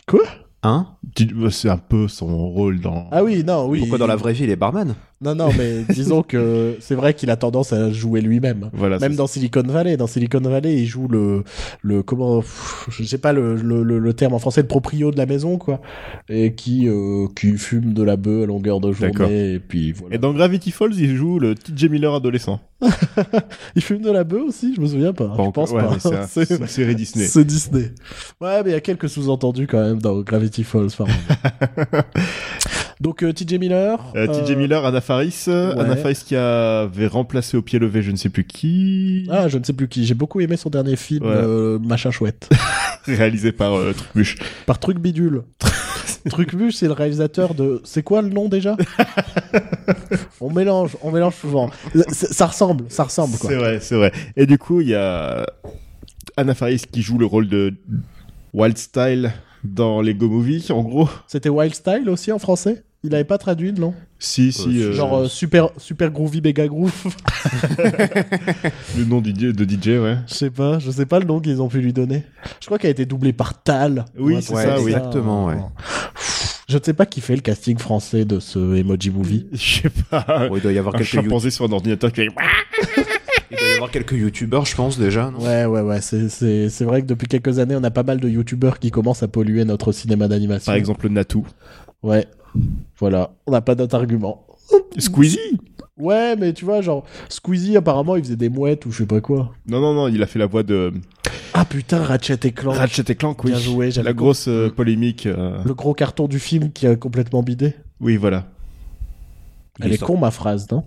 Speaker 1: Quoi
Speaker 2: Hein
Speaker 3: T- bah, C'est un peu son rôle dans.
Speaker 1: Ah oui, non, oui.
Speaker 2: Pourquoi dans la vraie vie, il est barman
Speaker 1: Non, non, mais disons que c'est vrai qu'il a tendance à jouer lui-même.
Speaker 3: Voilà.
Speaker 1: Même
Speaker 3: Ah, c'est-
Speaker 1: dans Silicon Valley, dans Silicon Valley, il joue le le comment pff, je sais pas le, le, le- le terme en français le proprio de la maison quoi, et qui euh, qui fume de la bœuf à longueur de
Speaker 3: D'accord.
Speaker 1: journée et puis
Speaker 3: Et
Speaker 1: voilà.
Speaker 3: dans Gravity Falls, il joue le TJ Miller adolescent.
Speaker 1: Il fume de la bœuf aussi, je me souviens pas. hein,
Speaker 3: Pas
Speaker 1: je
Speaker 3: encore-
Speaker 1: pense
Speaker 3: ouais, mais
Speaker 1: pas.
Speaker 3: c'est
Speaker 1: C'est-
Speaker 3: un- C'est une série Disney.
Speaker 1: C'est Disney. Ouais, mais il y a quelques sous-entendus quand même dans Gravity Falls. par moment. Donc euh, TJ Miller.
Speaker 3: Euh, TJ
Speaker 1: euh,
Speaker 3: Miller, Anna Faris, euh,
Speaker 1: ouais.
Speaker 3: Anna Faris qui avait remplacé au pied levé je ne sais plus qui,
Speaker 1: Ah, je ne sais plus qui. J'ai beaucoup aimé son dernier film,
Speaker 3: Ouais.
Speaker 1: euh, machin chouette,
Speaker 3: réalisé par euh, Trucmuche.
Speaker 1: par Truc Bidule. Truc Bidule, c'est le réalisateur de. C'est quoi le nom déjà On mélange, on mélange souvent. Ça, ça ressemble, ça ressemble quoi.
Speaker 3: C'est vrai, c'est vrai. Et du coup, il y a Anna Faris qui joue le rôle de Wild Style dans les Go Movie, en gros.
Speaker 1: C'était Wild Style aussi en français. Il avait pas traduit le nom.
Speaker 3: Si, si, euh,
Speaker 1: Genre euh, super, super groovy, méga groove.
Speaker 3: le nom du DJ- de DJ, ouais.
Speaker 1: Je sais pas, je sais pas le nom qu'ils ont pu lui donner. Je crois qu'elle a été doublée par Tal.
Speaker 3: Oui,
Speaker 1: Ouais,
Speaker 3: c'est
Speaker 1: ouais,
Speaker 3: ça, oui.
Speaker 2: Exactement, ouais.
Speaker 1: Je ne sais pas qui fait le casting français de ce Emoji Movie.
Speaker 3: Je sais pas.
Speaker 2: Bon, Il doit y avoir
Speaker 3: Un
Speaker 2: quelques, you-
Speaker 3: chimpanzé sur un ordinateur qui fait
Speaker 2: il doit y avoir quelques youtubeurs, je pense déjà. non
Speaker 1: Ouais, ouais, ouais, c'est- c'est c'est vrai que depuis quelques années, on a pas mal de youtubeurs qui commencent à polluer notre cinéma d'animation.
Speaker 3: par exemple Natou.
Speaker 1: Ouais. Voilà, on n'a pas d'autre argument.
Speaker 3: Squeezie
Speaker 1: Ouais, mais tu vois, genre, Squeezie, apparemment, il faisait des mouettes ou je sais pas quoi.
Speaker 3: Non, non, non, il a fait la voix de euh,
Speaker 1: Ah putain, Ratchet et Clank.
Speaker 3: Ratchet et Clank, oui.
Speaker 1: Bien joué, j'avais
Speaker 3: La grosse euh, polémique. euh,
Speaker 1: Le gros carton du film qui a complètement bidé.
Speaker 3: Oui, voilà.
Speaker 1: Elle est con ma phrase, non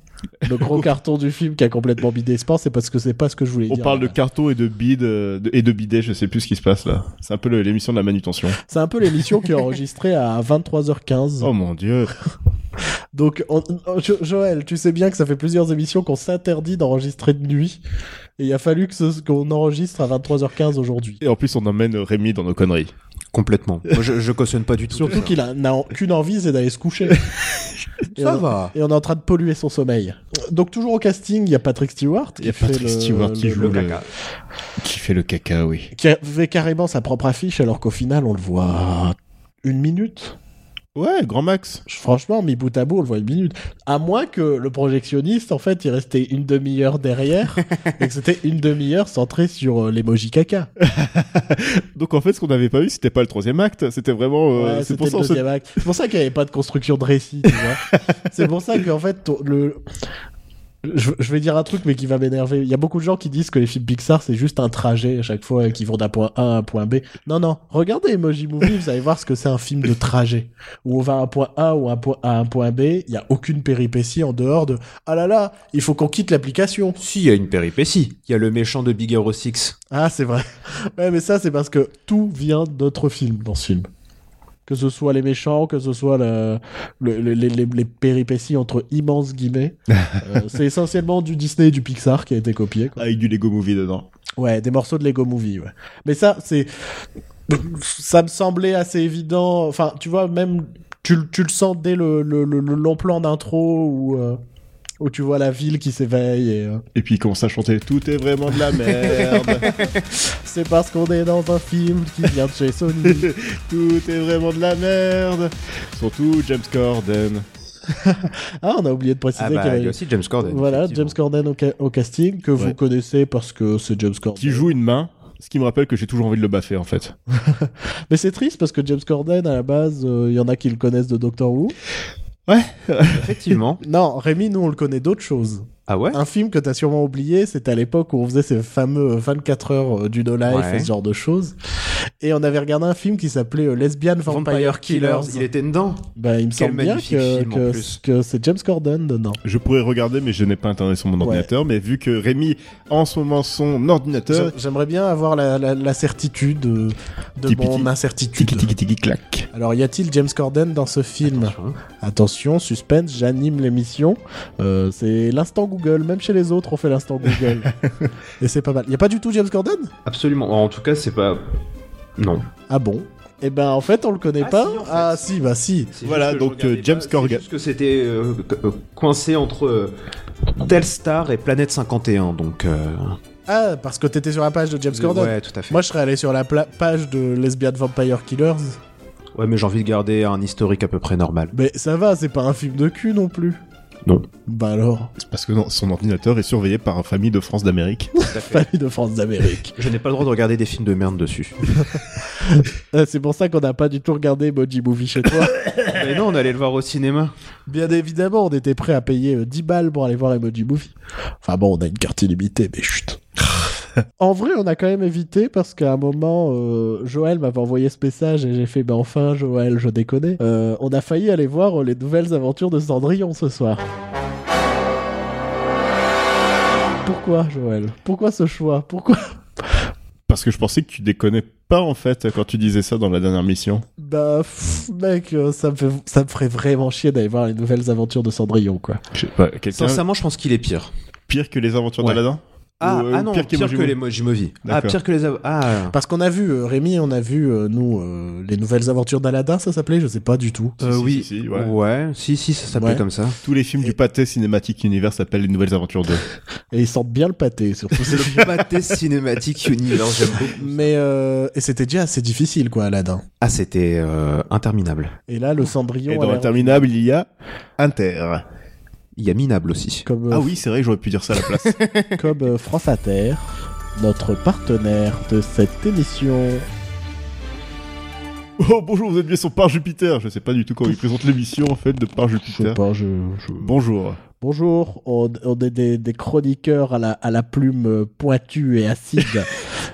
Speaker 1: Le gros carton du film qui a complètement bidé ce c'est parce que c'est pas ce que je voulais
Speaker 3: On
Speaker 1: dire.
Speaker 3: parle de carton et de bide euh, de- et de bidet, je sais plus ce qui se passe là. C'est un peu le- l'émission de la manutention.
Speaker 1: C'est un peu l'émission qui est enregistrée à 23h15.
Speaker 3: Oh mon dieu.
Speaker 1: Donc, on- on- Jo- Joël, tu sais bien que ça fait plusieurs émissions qu'on s'interdit d'enregistrer de nuit. Et il a fallu que ce- qu'on enregistre à 23h15 aujourd'hui.
Speaker 3: Et en plus, on emmène euh, Rémi dans nos conneries.
Speaker 2: Complètement. Moi, je, je cautionne pas du tout.
Speaker 1: Surtout
Speaker 2: ça.
Speaker 1: qu'il a- n'a en- qu'une envie, c'est d'aller se coucher. et,
Speaker 2: Ça
Speaker 1: on,
Speaker 2: va.
Speaker 1: et on est en train de polluer son sommeil. Donc, toujours au casting, il y a Patrick Stewart.
Speaker 3: Il y a Patrick Stewart qui joue
Speaker 2: Le
Speaker 3: le-
Speaker 2: caca.
Speaker 3: Qui fait le caca, oui.
Speaker 1: qui avait carrément sa propre affiche alors qu'au final on le voit une minute.
Speaker 3: Ouais, grand max.
Speaker 1: Je- Franchement, mis bout à bout, on le voit une minute. À moins que le projectionniste, en fait, il restait une demi-heure derrière et que c'était une demi-heure centrée sur euh, l'emoji caca.
Speaker 3: Donc en fait, ce qu'on n'avait pas vu, c'était pas le troisième acte, c'était vraiment. euh,
Speaker 1: Ouais, c'était
Speaker 3: c'est pour ça.
Speaker 1: le
Speaker 3: on se-
Speaker 1: deuxième acte. C'est pour ça qu'il n'y avait pas de construction de récit, tu vois. C'est pour ça qu'en fait, ton- le... Je, je vais dire un truc, mais qui va m'énerver. Il y a beaucoup de gens qui disent que les films Pixar, c'est juste un trajet à chaque fois et qu'ils vont d'un point A à un point B. Non, non. Regardez Emoji Movie, vous allez voir ce que c'est un film de trajet. Où on va à un point A ou un point A à un point B. Il n'y a aucune péripétie en dehors de Ah là là, il faut qu'on quitte l'application.
Speaker 2: Si, il y a une péripétie. Il y a le méchant de Big Hero 6.
Speaker 1: Ah, c'est vrai. Ouais, mais ça, c'est parce que tout vient d'autres films dans ce film. Que ce soit les méchants, que ce soit le- le- le- les, les- les péripéties entre immenses guillemets. Euh, c'est essentiellement du Disney et du Pixar qui a été copié. quoi.
Speaker 3: Avec du Lego Movie dedans.
Speaker 1: Ouais, des morceaux de Lego Movie, ouais. Mais ça, c'est. Ça me semblait assez évident. Enfin, tu vois, même. Tu, le- tu le sens dès le, le- le- le long plan d'intro où, euh, où tu vois la ville qui s'éveille. et, euh,
Speaker 3: Et puis il commence à chanter Tout est vraiment de la merde.
Speaker 1: C'est parce qu'on est dans un film qui vient de chez Sony.
Speaker 3: Tout est vraiment de la merde. Surtout James Corden.
Speaker 1: Ah, on a oublié de préciser
Speaker 2: Ah bah,
Speaker 1: qu'il y
Speaker 2: il y a
Speaker 1: avait...
Speaker 2: aussi James Corden.
Speaker 1: Voilà,
Speaker 2: effectivement.
Speaker 1: James Corden au, ca- au casting, que vous
Speaker 3: Ouais.
Speaker 1: connaissez parce que c'est James Corden.
Speaker 3: Qui joue une main. Ce qui me rappelle que j'ai toujours envie de le baffer en fait.
Speaker 1: Mais c'est triste parce que James Corden, à la base, euh, il y en a qui le connaissent de Doctor Who.
Speaker 2: Effectivement.
Speaker 1: Non, Rémi, nous, on le connaît d'autres choses.
Speaker 2: Ah ouais
Speaker 1: Un film que t'as sûrement oublié, c'était à l'époque où on faisait ces fameux euh, 24 heures euh, du No Life
Speaker 2: Ouais.
Speaker 1: et ce genre de choses. Et on avait regardé un film qui s'appelait euh, Lesbian Vampire, Killers.
Speaker 2: il était dedans.
Speaker 1: Bah, il me
Speaker 2: Quel
Speaker 1: semble bien
Speaker 2: magnifique
Speaker 1: que,
Speaker 2: film, en
Speaker 1: que,
Speaker 2: plus.
Speaker 1: que c'est James Corden dedans.
Speaker 3: Je pourrais regarder, mais je n'ai pas internet sur mon
Speaker 1: Ouais.
Speaker 3: ordinateur. Mais vu que Rémi a en ce moment son ordinateur,
Speaker 1: J'a- J'aimerais bien avoir la, la- la certitude euh, de
Speaker 3: Tiki,
Speaker 1: mon
Speaker 3: tiki.
Speaker 1: incertitude.
Speaker 3: tiki tiki tiki clac.
Speaker 1: Alors, y a-t-il James Corden dans ce film
Speaker 2: Attention, hein.
Speaker 1: Attention, suspense, j'anime l'émission. Euh, c'est l'instant Google. Même chez les autres, on fait l'instant Google. Et c'est pas mal. Il a pas du tout James Corden
Speaker 2: Absolument. En tout cas, c'est pas. Non.
Speaker 1: Ah bon Eh ben, en fait, on le connaît
Speaker 2: Ah
Speaker 1: pas.
Speaker 2: si, en fait.
Speaker 1: Ah si, bah si.
Speaker 2: C'est
Speaker 3: Voilà,
Speaker 2: juste que
Speaker 3: donc,
Speaker 2: je regardais
Speaker 3: euh, James
Speaker 2: pas, c'est
Speaker 3: Corgan.
Speaker 2: Juste que c'était euh, co- euh, coincé entre euh, Telstar et Planète 51, donc. euh,
Speaker 1: Ah, parce que t'étais sur la page de James Corden.
Speaker 2: Ouais, tout à fait.
Speaker 1: Moi, je serais allé sur la pla- page de Lesbian Vampire Killers.
Speaker 2: Ouais, mais j'ai envie de garder un historique à peu près normal.
Speaker 1: Mais ça va, c'est pas un film de cul non plus.
Speaker 2: Non.
Speaker 1: Bah alors,
Speaker 3: C'est parce que non, son ordinateur est surveillé par une famille de France d'Amérique.
Speaker 1: famille de France d'Amérique.
Speaker 2: Je n'ai pas le droit de regarder des films de merde dessus.
Speaker 1: Euh, c'est pour ça qu'on n'a pas du tout regardé Moji Movie chez toi.
Speaker 2: mais non, on allait le voir au cinéma.
Speaker 1: Bien évidemment, on était prêt à payer euh, 10 balles pour aller voir Emoji Movie. Enfin bon, on a une carte illimitée, mais chut. en vrai, on a quand même évité parce qu'à un moment, euh, Joël m'avait envoyé ce message et j'ai fait, ben enfin, Joël, je déconne. Euh, on a failli aller voir euh, les nouvelles aventures de Cendrillon ce soir. Pourquoi, Joël Pourquoi ce choix Pourquoi
Speaker 3: Parce que je pensais que tu déconnais pas en fait quand tu disais ça dans la dernière mission.
Speaker 1: Bah, pff, mec, euh, ça me, fait- ça me ferait vraiment chier d'aller voir les nouvelles aventures de Cendrillon, quoi.
Speaker 3: Je sais pas, quelqu'un
Speaker 2: Sincèrement, je pense qu'il est pire.
Speaker 3: pire que les aventures
Speaker 2: Ouais.
Speaker 3: d'Aladin
Speaker 2: Ah,
Speaker 3: Ou, euh,
Speaker 2: ah non, pire,
Speaker 3: qu'Emoji
Speaker 2: que
Speaker 3: Movie
Speaker 2: les Mojimovi. Ah,
Speaker 3: D'accord.
Speaker 2: pire que les. av- Ah.
Speaker 1: Parce qu'on a vu, euh, Rémi, on a vu, euh, nous, euh, les nouvelles aventures d'Aladin, ça s'appelait, je sais pas du tout.
Speaker 2: Euh,
Speaker 3: Si, si,
Speaker 2: oui,
Speaker 3: si, si, ouais.
Speaker 2: ouais. si, si, ça s'appelait
Speaker 1: Ouais.
Speaker 2: comme ça.
Speaker 3: Tous les films du pâté cinématique univers s'appellent les Nouvelles Aventures 2.
Speaker 1: Et ils sentent bien le pâté, surtout.
Speaker 2: C'est le pâté cinématique universe, j'aime beaucoup.
Speaker 1: Mais, euh, et c'était déjà assez difficile, quoi, Aladin.
Speaker 2: Ah, c'était euh, interminable.
Speaker 1: Et là, le
Speaker 3: Et
Speaker 1: cendrillon,
Speaker 3: dans
Speaker 1: a l'air
Speaker 3: Interminable, il y a Inter.
Speaker 2: Il y a Minable aussi.
Speaker 1: comme, euh,
Speaker 3: Ah oui, c'est vrai que j'aurais pu dire ça à la place.
Speaker 1: comme euh, France Inter, notre partenaire de cette émission.
Speaker 3: oh bonjour, vous êtes bien sur Par Jupiter. Je sais pas du tout comment ils présentent l'émission en fait de Par
Speaker 1: Je sais
Speaker 3: Jupiter.
Speaker 1: pas, je... je-
Speaker 3: Bonjour.
Speaker 1: Bonjour, on, on est des, des chroniqueurs à la, à la plume euh, pointue et acide.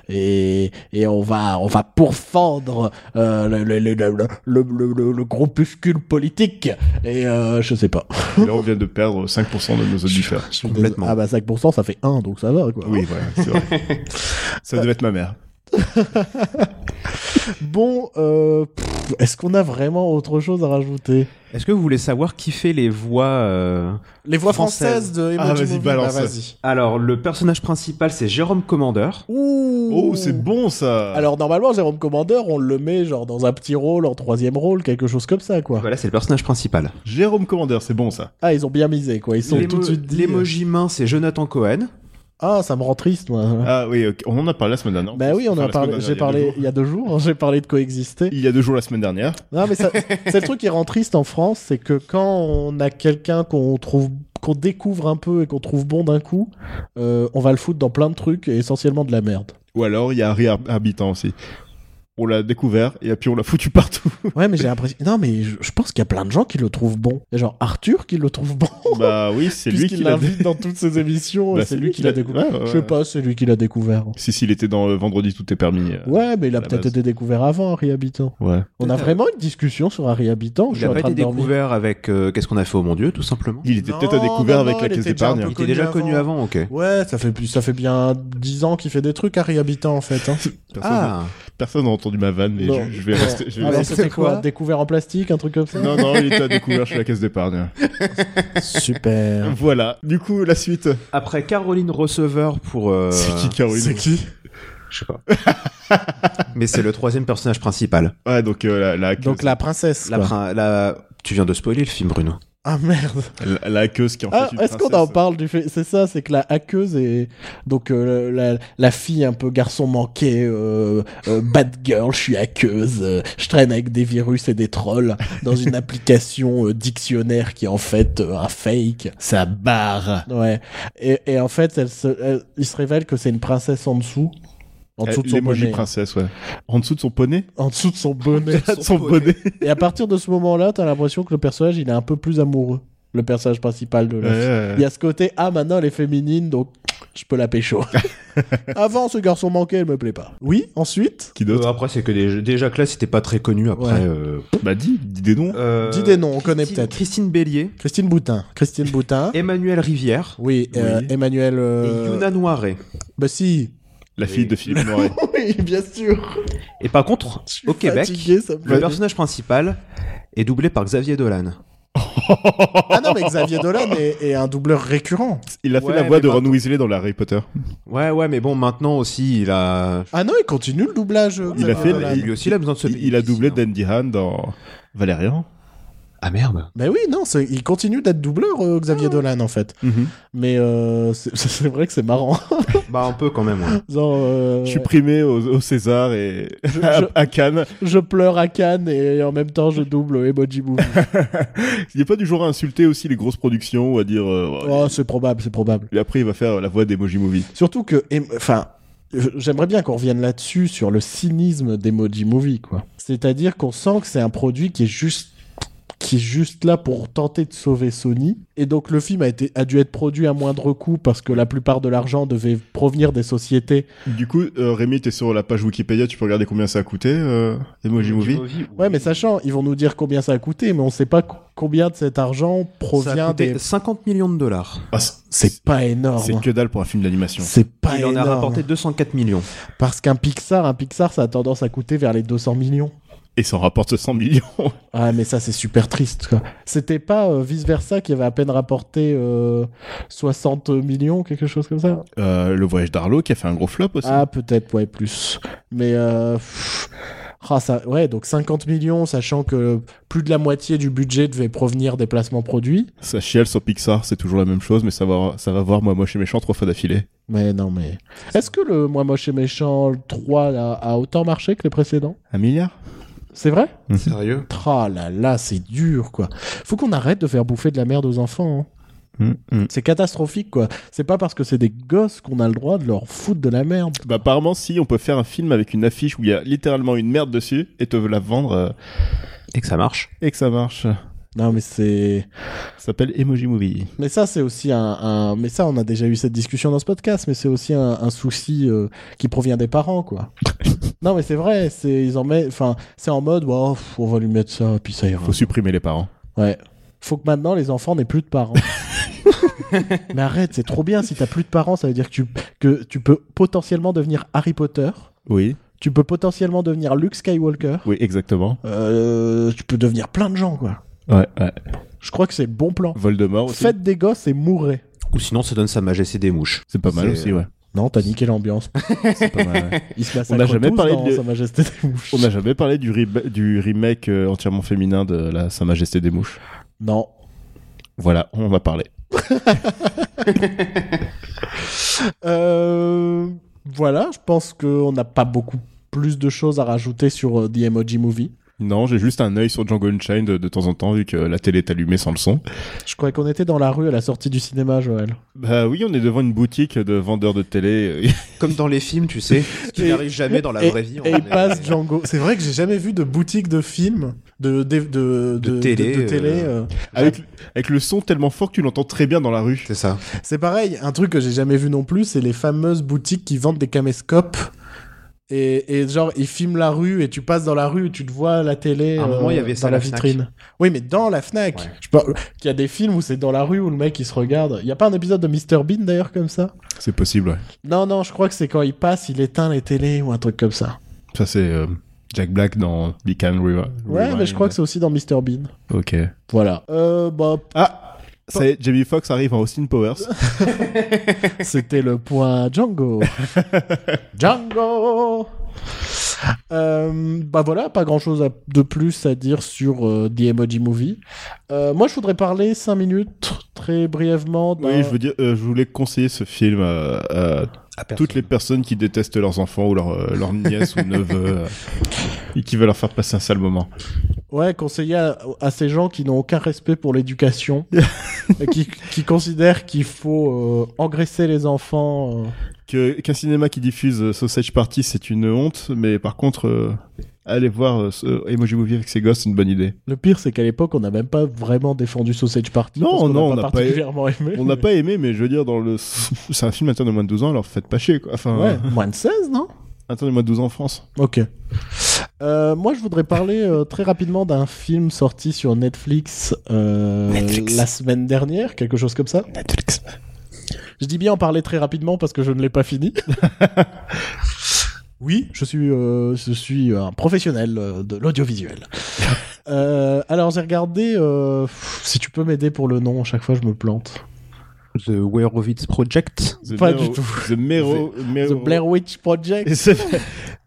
Speaker 1: et et on, va, on va pourfendre euh, le, le, le, le, le- le- le- le groupuscule politique. Et euh, je sais pas.
Speaker 3: Et là, on vient de perdre 5% de nos auditeurs.
Speaker 2: Complètement.
Speaker 1: Ah bah 5%, ça fait 1, donc ça va quoi.
Speaker 3: Oui, voilà, c'est vrai. ça devait être ma mère.
Speaker 1: Bon, euh, pff, est-ce qu'on a vraiment autre chose à rajouter
Speaker 2: Est-ce que vous voulez savoir qui fait les voix euh,
Speaker 1: Les voix
Speaker 2: françaises
Speaker 1: de
Speaker 3: Emoji Ah, vas-y, Movie, balance. bah, vas-y.
Speaker 2: Alors, le personnage principal, c'est Jérôme Commandeur.
Speaker 1: Ouh
Speaker 3: Oh, c'est bon ça.
Speaker 1: Alors normalement, Jérôme Commandeur, on le met genre dans un petit rôle, en troisième rôle, quelque chose comme ça quoi.
Speaker 2: Voilà, c'est le personnage principal.
Speaker 3: Jérôme Commandeur, c'est bon ça.
Speaker 1: Ah, ils ont bien misé, quoi. Ils sont
Speaker 2: L'émo-
Speaker 1: tout de suite dit. euh,
Speaker 2: L'émoji main, c'est Jonathan Cohen.
Speaker 1: Ah, ça me rend triste, moi.
Speaker 3: Ah oui, ok, on en a parlé la semaine dernière.
Speaker 1: bah oui, on en
Speaker 3: Enfin,
Speaker 1: a
Speaker 3: la
Speaker 1: parlé.
Speaker 3: semaine
Speaker 1: J'ai
Speaker 3: dernière,
Speaker 1: parlé
Speaker 3: il y a deux jours.
Speaker 1: il y a deux jours. hein, J'ai parlé de coexister.
Speaker 3: Il y a deux jours la semaine dernière.
Speaker 1: Non, mais ça- c'est le truc qui rend triste en France, c'est que quand on a quelqu'un qu'on trouve, qu'on découvre un peu et qu'on trouve bon d'un coup, euh, on va le foutre dans plein de trucs et essentiellement de la merde.
Speaker 3: Ou alors, il y a Harry Har- Habitant aussi. On l'a découvert et puis on l'a foutu partout.
Speaker 1: Ouais, mais j'ai l'impression. Non, mais je, je pense qu'il y a plein de gens qui le trouvent bon. Il y a genre Arthur qui le trouve bon.
Speaker 3: bah oui, c'est lui
Speaker 1: puisqu'il
Speaker 3: qui l'a
Speaker 1: l'invite dans toutes ses émissions. et
Speaker 3: Bah,
Speaker 1: c'est lui qui l'a découvert.
Speaker 3: ouais, ouais,
Speaker 1: Je sais
Speaker 3: ouais.
Speaker 1: pas, c'est lui qui l'a découvert.
Speaker 3: Si, si, il était dans euh, Vendredi, tout est permis. euh,
Speaker 1: Ouais, mais il a
Speaker 3: à la
Speaker 1: peut-être
Speaker 3: base.
Speaker 1: été découvert avant, Harry Habitant.
Speaker 3: Ouais.
Speaker 1: On a
Speaker 2: Peut-être.
Speaker 1: vraiment une discussion sur Harry Habitant. je
Speaker 2: Il
Speaker 1: suis
Speaker 2: a
Speaker 1: en
Speaker 2: pas
Speaker 1: train
Speaker 2: été
Speaker 1: de dormir.
Speaker 2: découvert avec euh, Qu'est-ce qu'on a fait au bon Dieu, tout simplement.
Speaker 3: Il était
Speaker 1: Non,
Speaker 3: peut-être à découvert
Speaker 1: non, non,
Speaker 3: avec la
Speaker 1: il
Speaker 3: caisse
Speaker 1: était déjà un
Speaker 3: d'épargne. hein.
Speaker 1: peu
Speaker 2: Il était déjà
Speaker 1: Connu
Speaker 2: connu avant, ok.
Speaker 1: Ouais, ça fait, plus- ça fait bien 10 ans qu'il fait des trucs, Harry Habitant, en fait. hein.
Speaker 3: Personne
Speaker 2: Ah,
Speaker 3: personne n'a entendu ma vanne, mais
Speaker 1: Non.
Speaker 3: je, je vais
Speaker 1: Non.
Speaker 3: rester. je vais-
Speaker 1: Alors,
Speaker 2: Mais
Speaker 1: c'était
Speaker 2: c'est
Speaker 1: quoi,
Speaker 2: quoi
Speaker 1: Découvert en plastique, un truc comme ça
Speaker 3: Non, non, il était à découvert chez la caisse d'épargne.
Speaker 1: Super.
Speaker 3: Voilà. Du coup, la suite.
Speaker 2: après Caroline Receveur pour. euh,
Speaker 3: Euh, C'est qui Caroline
Speaker 1: qui
Speaker 2: Je sais pas. Mais c'est le troisième personnage principal.
Speaker 3: Ouais, donc euh, la, la
Speaker 1: Donc,
Speaker 3: hackeuse-
Speaker 1: la princesse.
Speaker 2: La
Speaker 1: quoi.
Speaker 2: prin- la- Tu viens de spoiler le film, Bruno.
Speaker 1: ah merde.
Speaker 3: la, la hackeuse qui est en
Speaker 1: Ah,
Speaker 3: fait une
Speaker 1: est-ce qu'on en
Speaker 3: princesse.
Speaker 1: parle du fait C'est ça, c'est que la hackeuse est. Donc, euh, la, la fille un peu garçon manqué, euh, euh, bad girl, je suis hackeuse, euh, je traîne avec des virus et des trolls dans une application euh, dictionnaire qui est en fait euh, un fake.
Speaker 3: Ça barre.
Speaker 1: Ouais. Et, et en fait, elle se, elle- il se révèle que c'est une princesse en dessous. En
Speaker 3: En
Speaker 1: dessous de son bonnet.
Speaker 3: princesse, ouais. En dessous de son poney
Speaker 1: En dessous de son bonnet.
Speaker 3: Son, bonnet.
Speaker 1: et à partir de ce moment-là, t'as l'impression que le personnage, il est un peu plus amoureux. le personnage principal de la Il y a ce côté, ah maintenant elle est féminine, donc je peux la pécho. Avant, ce garçon manquait, elle me plaît pas. Oui, ensuite,
Speaker 3: Qui
Speaker 2: Euh,
Speaker 3: d'autre
Speaker 2: après, c'est que des- déjà que là, c'était pas très connu. Après,
Speaker 1: Ouais.
Speaker 2: euh,
Speaker 3: Bah dis, dis des noms.
Speaker 2: euh,
Speaker 1: dis des noms, on connaît
Speaker 2: Christine-
Speaker 1: peut-être.
Speaker 2: Christine Bélier,
Speaker 1: Christine Boutin. Christine Boutin.
Speaker 2: Emmanuel Rivière
Speaker 1: Oui, euh,
Speaker 3: Oui.
Speaker 1: Emmanuel. euh,
Speaker 2: et Yuna Noiret.
Speaker 1: Bah si.
Speaker 3: La fille
Speaker 2: oui.
Speaker 3: de Philippe Noiret.
Speaker 1: oui, bien sûr.
Speaker 2: Et par contre,
Speaker 1: Je suis
Speaker 2: au Québec,
Speaker 1: fatigué, ça me
Speaker 2: le
Speaker 1: fait-
Speaker 2: personnage principal est doublé par Xavier Dolan.
Speaker 1: Ah non, mais Xavier Dolan est, est un doubleur récurrent.
Speaker 3: Il a fait
Speaker 2: Ouais,
Speaker 3: la voix
Speaker 2: mais
Speaker 3: de Ron
Speaker 2: maintenant-
Speaker 3: Weasley dans la Harry Potter.
Speaker 2: Ouais, ouais, mais bon, maintenant aussi, il a.
Speaker 1: Ah non, il continue le doublage. euh,
Speaker 3: Il a
Speaker 1: Xavier
Speaker 3: fait-
Speaker 1: Dolan.
Speaker 3: il-
Speaker 2: lui aussi, il a besoin de se
Speaker 3: Il, il a doublé Dandy
Speaker 1: hein.
Speaker 3: Han dans Valérian.
Speaker 2: Ah merde.
Speaker 1: Mais oui, non, c'est- il continue d'être doubleur, euh, Xavier Dolan, en fait. Mais euh, c'est c'est vrai que c'est marrant.
Speaker 2: Bah, un peu quand même, ouais.
Speaker 1: Genre, euh,
Speaker 3: Je suis primé au, au César et à,
Speaker 1: je-
Speaker 3: à Cannes.
Speaker 1: je pleure à Cannes et en même temps je double Emoji Movie.
Speaker 3: Il n'y a pas du genre à insulter aussi les grosses productions ou à dire. euh,
Speaker 1: oh, c'est probable, c'est probable.
Speaker 3: Et après, il va faire la voix d'Emoji Movie.
Speaker 1: Surtout que, em- enfin, je- j'aimerais bien qu'on revienne là-dessus sur le cynisme d'Emoji Movie, quoi. C'est-à-dire qu'on sent que c'est un produit qui est juste qui est juste là pour tenter de sauver Sony. Et donc le film a, été, a dû être produit à moindre coût parce que la plupart de l'argent devait provenir des sociétés.
Speaker 3: Du coup, euh, Rémi, t'es sur la page Wikipédia, tu peux regarder combien ça a coûté, euh, Emoji Movie.
Speaker 1: Ouais, mais sachant, ils vont nous dire combien ça a coûté, mais on sait pas co- combien de cet argent
Speaker 2: Ça a
Speaker 1: provient
Speaker 2: coûté
Speaker 1: des...
Speaker 2: 50 millions de dollars.
Speaker 3: Ah, c'est-
Speaker 1: C'est pas
Speaker 3: C'est
Speaker 1: énorme.
Speaker 3: que dalle pour un film d'animation.
Speaker 1: C'est pas
Speaker 2: il
Speaker 1: énorme.
Speaker 2: en a rapporté 204 millions.
Speaker 1: Parce qu'un Pixar, un Pixar, ça a tendance à coûter vers les 200 millions.
Speaker 3: Et ça en rapporte 100 millions.
Speaker 1: Ah mais ça c'est super triste quoi. C'était pas euh, vice versa qui avait à peine rapporté euh, 60 millions quelque chose comme ça.
Speaker 3: Euh, le voyage d'Arlo qui a fait un gros flop aussi.
Speaker 1: Ah peut-être ouais plus. Mais euh, pff, ah, ça ouais donc 50 millions sachant que plus de la moitié du budget devait provenir des placements produits.
Speaker 3: Ça chiale sur Pixar, c'est toujours la même chose, mais ça va, ça va voir moi moche et méchant trois fois d'affilée.
Speaker 1: Mais non mais est-ce que le moi moche et méchant le 3 là, a autant marché que les précédents
Speaker 3: Un milliard
Speaker 1: C'est vrai
Speaker 2: Sérieux
Speaker 1: Ah là là c'est dur quoi. Faut qu'on arrête de faire bouffer de la merde aux enfants. hein.
Speaker 3: Hum, hum.
Speaker 1: C'est catastrophique, quoi. C'est pas parce que c'est des gosses qu'on a le droit de leur foutre de la merde.
Speaker 3: Bah apparemment si, on peut faire un film avec une affiche où il y a littéralement une merde dessus et te la vendre euh,
Speaker 2: Et que ça marche.
Speaker 3: et que ça marche.
Speaker 1: Non, mais c'est.
Speaker 3: Ça s'appelle Emoji Movie.
Speaker 1: Mais ça, c'est aussi un, un- Mais ça, on a déjà eu cette discussion dans ce podcast, mais c'est aussi un, un souci euh, qui provient des parents, quoi. non, mais c'est vrai. C'est ils en mettent. Enfin, c'est en mode, bon, pff, on va lui mettre ça, puis ça ira.
Speaker 3: Faut supprimer les parents.
Speaker 1: Ouais. Faut que maintenant les enfants n'aient plus de parents. mais arrête, c'est trop bien. Si t'as plus de parents, ça veut dire que tu, que tu peux potentiellement devenir Harry Potter.
Speaker 3: Oui,
Speaker 1: Tu peux potentiellement devenir Luke Skywalker.
Speaker 3: oui, exactement.
Speaker 1: Euh, tu peux devenir plein de gens, quoi.
Speaker 3: Ouais, ouais.
Speaker 1: Je crois que c'est bon plan.
Speaker 3: Voldemort aussi.
Speaker 1: Faites des gosses et mourrez.
Speaker 2: Ou sinon, ça donne Sa Majesté des mouches.
Speaker 3: C'est pas mal
Speaker 2: C'est-
Speaker 3: aussi, ouais.
Speaker 1: Non, t'as niqué l'ambiance.
Speaker 3: C'est pas mal. ouais.
Speaker 1: Ils se
Speaker 3: On n'a jamais
Speaker 1: tous
Speaker 3: parlé
Speaker 1: dans
Speaker 3: de-
Speaker 1: Sa Majesté des Mouches.
Speaker 3: On n'a jamais parlé du, reba- du remake euh, entièrement féminin de la Sa Majesté des Mouches.
Speaker 1: Non.
Speaker 3: Voilà, on en a parlé.
Speaker 1: Euh, Voilà, je pense qu'on n'a pas beaucoup plus de choses à rajouter sur euh, The Emoji Movie.
Speaker 3: Non, j'ai juste un œil sur Django Unchained de, de temps en temps, vu que la télé est allumée sans le son.
Speaker 1: Je croyais qu'on était dans la rue à la sortie du cinéma, Joël.
Speaker 3: Bah oui, on est devant une boutique de vendeurs de télé. euh,
Speaker 2: Comme dans les films, tu sais. Ce qui
Speaker 1: Et-
Speaker 2: n'arrive jamais dans la
Speaker 1: et-
Speaker 2: vraie vie. on
Speaker 1: Et il
Speaker 2: est-
Speaker 1: passe Django. C'est vrai que j'ai jamais vu de boutique de films, de, de, de,
Speaker 2: De télé,
Speaker 1: de télé,
Speaker 2: euh,
Speaker 1: euh.
Speaker 3: avec, avec le son tellement fort que tu l'entends très bien dans la rue.
Speaker 2: C'est ça.
Speaker 1: C'est pareil, un truc que j'ai jamais vu non plus, c'est les fameuses boutiques qui vendent des caméscopes. Et, et genre, ils filment la rue et tu passes dans la rue, tu te vois à la télé. euh,
Speaker 2: À un moment, il y avait
Speaker 1: dans
Speaker 2: ça à
Speaker 1: la
Speaker 2: la Fnac.
Speaker 1: vitrine. Oui, mais dans la Fnac.
Speaker 2: Ouais.
Speaker 1: Je parle- qu'il y a des films où c'est dans la rue où le mec il se regarde. Il y a pas un épisode de Mr Bean d'ailleurs comme ça
Speaker 3: C'est possible, ouais.
Speaker 1: Non, non, je crois que c'est quand il passe, il éteint les télés ou un truc comme ça.
Speaker 3: Ça, c'est euh, Jack Black dans Beacon River.
Speaker 1: Ouais, mais je crois que c'est aussi dans Mr Bean.
Speaker 3: Ok.
Speaker 1: Voilà. Euh, bah,
Speaker 3: Ah Ça y est, Jamie Foxx arrive en Austin Powers.
Speaker 1: C'était le point Django. Django Euh, bah voilà, pas grand chose de plus à dire sur euh, The Emoji Movie. Euh, moi, je voudrais parler 5 minutes très brièvement. d'un-
Speaker 3: Oui, je veux dire, euh, je voulais conseiller ce film euh, à toutes les personnes qui détestent leurs enfants ou leurs euh, leurs nièces ou neveux euh, et qui veulent leur faire passer un sale moment.
Speaker 1: Ouais, conseiller à, à ces gens qui n'ont aucun respect pour l'éducation, et qui, qui considèrent qu'il faut euh, engraisser les enfants euh,
Speaker 3: que qu'un cinéma qui diffuse euh, Sausage Party, c'est une honte, mais par contre, euh, aller voir euh, ce Emoji Movie avec ses gosses, c'est une bonne idée.
Speaker 1: Le pire, c'est qu'à l'époque, on n'a même pas vraiment défendu Sausage Party.
Speaker 3: Non,
Speaker 1: parce qu'on
Speaker 3: non,
Speaker 1: n'a
Speaker 3: on
Speaker 1: pas
Speaker 3: n'a pas
Speaker 1: particulièrement aimé.
Speaker 3: On n'a pas aimé, mais je veux dire, dans le, c'est un film interne de moins de 12 ans, alors faites pas chier, quoi. Enfin,
Speaker 1: Ouais, moins de 16, non
Speaker 3: interne de moins de 12 ans en France.
Speaker 1: Ok. Euh, moi, je voudrais parler euh, très rapidement d'un film sorti sur Netflix, euh,
Speaker 3: Netflix.
Speaker 1: la semaine dernière, quelque chose comme ça.
Speaker 3: Netflix.
Speaker 1: Je dis bien en parler très rapidement parce que je ne l'ai pas fini. oui, je suis, euh, je suis un professionnel euh, de l'audiovisuel. Euh, alors, j'ai regardé. euh, pff, si tu peux m'aider pour le nom, à chaque fois, je me plante.
Speaker 2: The Werewolf Project.
Speaker 1: Pas du tout.
Speaker 3: The Mero,
Speaker 1: The
Speaker 3: Mero-
Speaker 1: Blair Witch Project.
Speaker 3: Et c'est-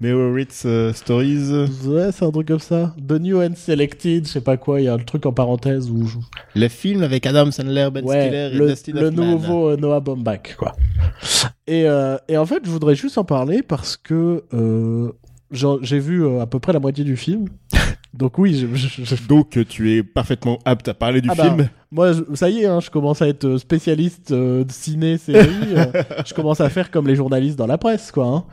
Speaker 3: Meroritz euh, Stories,
Speaker 1: Ouais, c'est un truc comme ça. The New and Selected, je sais pas quoi, il y a un truc en parenthèse où je-
Speaker 3: le film avec Adam Sandler, Ben
Speaker 1: ouais,
Speaker 3: Stiller
Speaker 1: le,
Speaker 3: et Dustin
Speaker 1: le
Speaker 3: Hoffman.
Speaker 1: nouveau euh, Noah Baumbach, quoi. Et, euh, et en fait, je voudrais juste en parler parce que euh, j'en- j'ai vu euh, à peu près la moitié du film. Donc oui, je- je- je-
Speaker 3: Donc euh, tu es parfaitement apte à parler du
Speaker 1: Ah bah.
Speaker 3: film.
Speaker 1: moi, je- ça y est, hein, je commence à être spécialiste euh, de ciné, série. euh, je commence à faire comme les journalistes dans la presse, quoi. hein.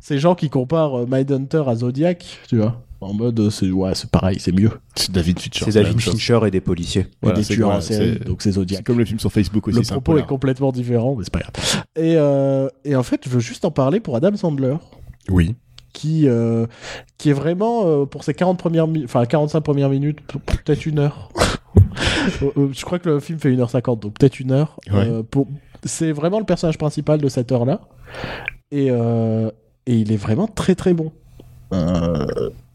Speaker 1: Ces gens qui comparent euh, Mindhunter à Zodiac, tu vois. En mode, euh, c'est ouais, c'est pareil, c'est mieux.
Speaker 3: C'est David Fincher.
Speaker 2: C'est
Speaker 3: la même
Speaker 2: David
Speaker 3: chose.
Speaker 2: Fincher et des policiers.
Speaker 1: Il y a
Speaker 3: Voilà,
Speaker 1: des
Speaker 3: c'est
Speaker 1: tueurs
Speaker 3: quoi,
Speaker 1: en série,
Speaker 3: c'est-
Speaker 1: donc c'est Zodiac.
Speaker 3: C'est comme le film sur Facebook aussi.
Speaker 1: le
Speaker 3: c'est un
Speaker 1: propos
Speaker 3: peu
Speaker 1: est
Speaker 3: là.
Speaker 1: complètement différent, mais c'est pas grave. Et, euh, et en fait, je veux juste en parler pour Adam Sandler,
Speaker 3: Oui.
Speaker 1: qui, euh, qui est vraiment, euh, pour ses 40 premières mi- enfin, 45 premières minutes, p- peut-être une heure. Euh, euh, je crois que le film fait 1h50, donc peut-être une heure.
Speaker 3: Ouais.
Speaker 1: Euh, pour... C'est vraiment le personnage principal de cette heure-là. Et, euh, et il est vraiment très très bon. Euh,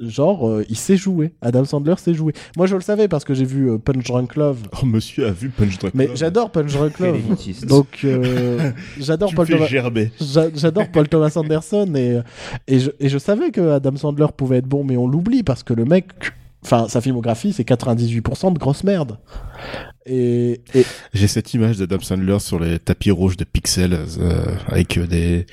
Speaker 1: genre, euh, il sait jouer. Adam Sandler sait jouer. Moi, je le savais parce que j'ai vu euh, Punch Drunk Love.
Speaker 3: Oh, monsieur a vu Punch Drunk
Speaker 1: Mais
Speaker 3: Love.
Speaker 1: j'adore Punch Drunk
Speaker 2: Quel
Speaker 1: Love.
Speaker 2: élitiste.
Speaker 1: Donc, euh, j'adore
Speaker 3: Tu
Speaker 1: Paul,
Speaker 3: fais
Speaker 1: Thomas...
Speaker 3: gerber.
Speaker 1: j'a- j'adore Paul Thomas Anderson et, et, je, et je savais que Adam Sandler pouvait être bon, mais on l'oublie parce que le mec, enfin, sa filmographie, c'est 98% de grosse merde. Et, et
Speaker 3: J'ai cette image d'Adam Sandler sur les tapis rouges de Pixel euh, avec euh, des,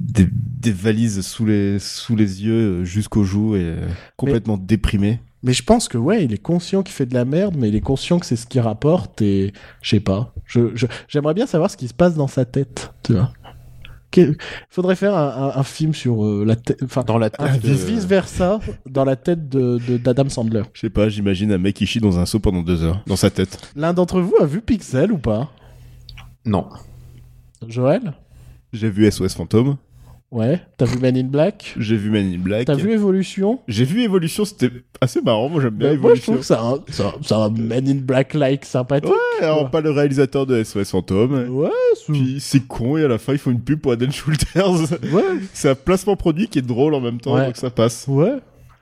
Speaker 3: des des valises sous les sous les yeux euh, jusqu'aux joues et euh, complètement déprimé.
Speaker 1: mais je pense que ouais, il est conscient qu'il fait de la merde, mais il est conscient que c'est ce qu'il rapporte et je sais pas. Je je- j'aimerais bien savoir ce qui se passe dans sa tête. Tu vois. Que- Faudrait faire un, un- un film sur euh, la tête, enfin,
Speaker 2: Dans la
Speaker 1: un
Speaker 2: tête. de-
Speaker 1: vice versa dans la tête de de- d'Adam Sandler.
Speaker 3: Je sais pas, j'imagine un mec qui chie dans un seau pendant deux heures dans sa tête.
Speaker 1: L'un d'entre vous a vu Pixel ou pas
Speaker 2: Non.
Speaker 1: Joël
Speaker 3: J'ai vu SOS Fantôme,
Speaker 1: Ouais. T'as vu Man in Black
Speaker 3: j'ai vu Man in Black.
Speaker 1: T'as vu Evolution
Speaker 3: J'ai vu Evolution, c'était assez marrant. Moi j'aime bien
Speaker 1: Ben, Moi, je
Speaker 3: Evolution.
Speaker 1: trouve que c'est un, c'est un- c'est un Man in Black-like sympathique.
Speaker 3: Ouais, alors pas le réalisateur de SOS Fantôme.
Speaker 1: Ouais, c'est-
Speaker 3: Puis c'est con et à la fin ils font une pub pour Aden Schulters.
Speaker 1: ouais.
Speaker 3: c'est un placement produit qui est drôle en même temps,
Speaker 1: Ouais.
Speaker 3: donc ça passe.
Speaker 1: ouais.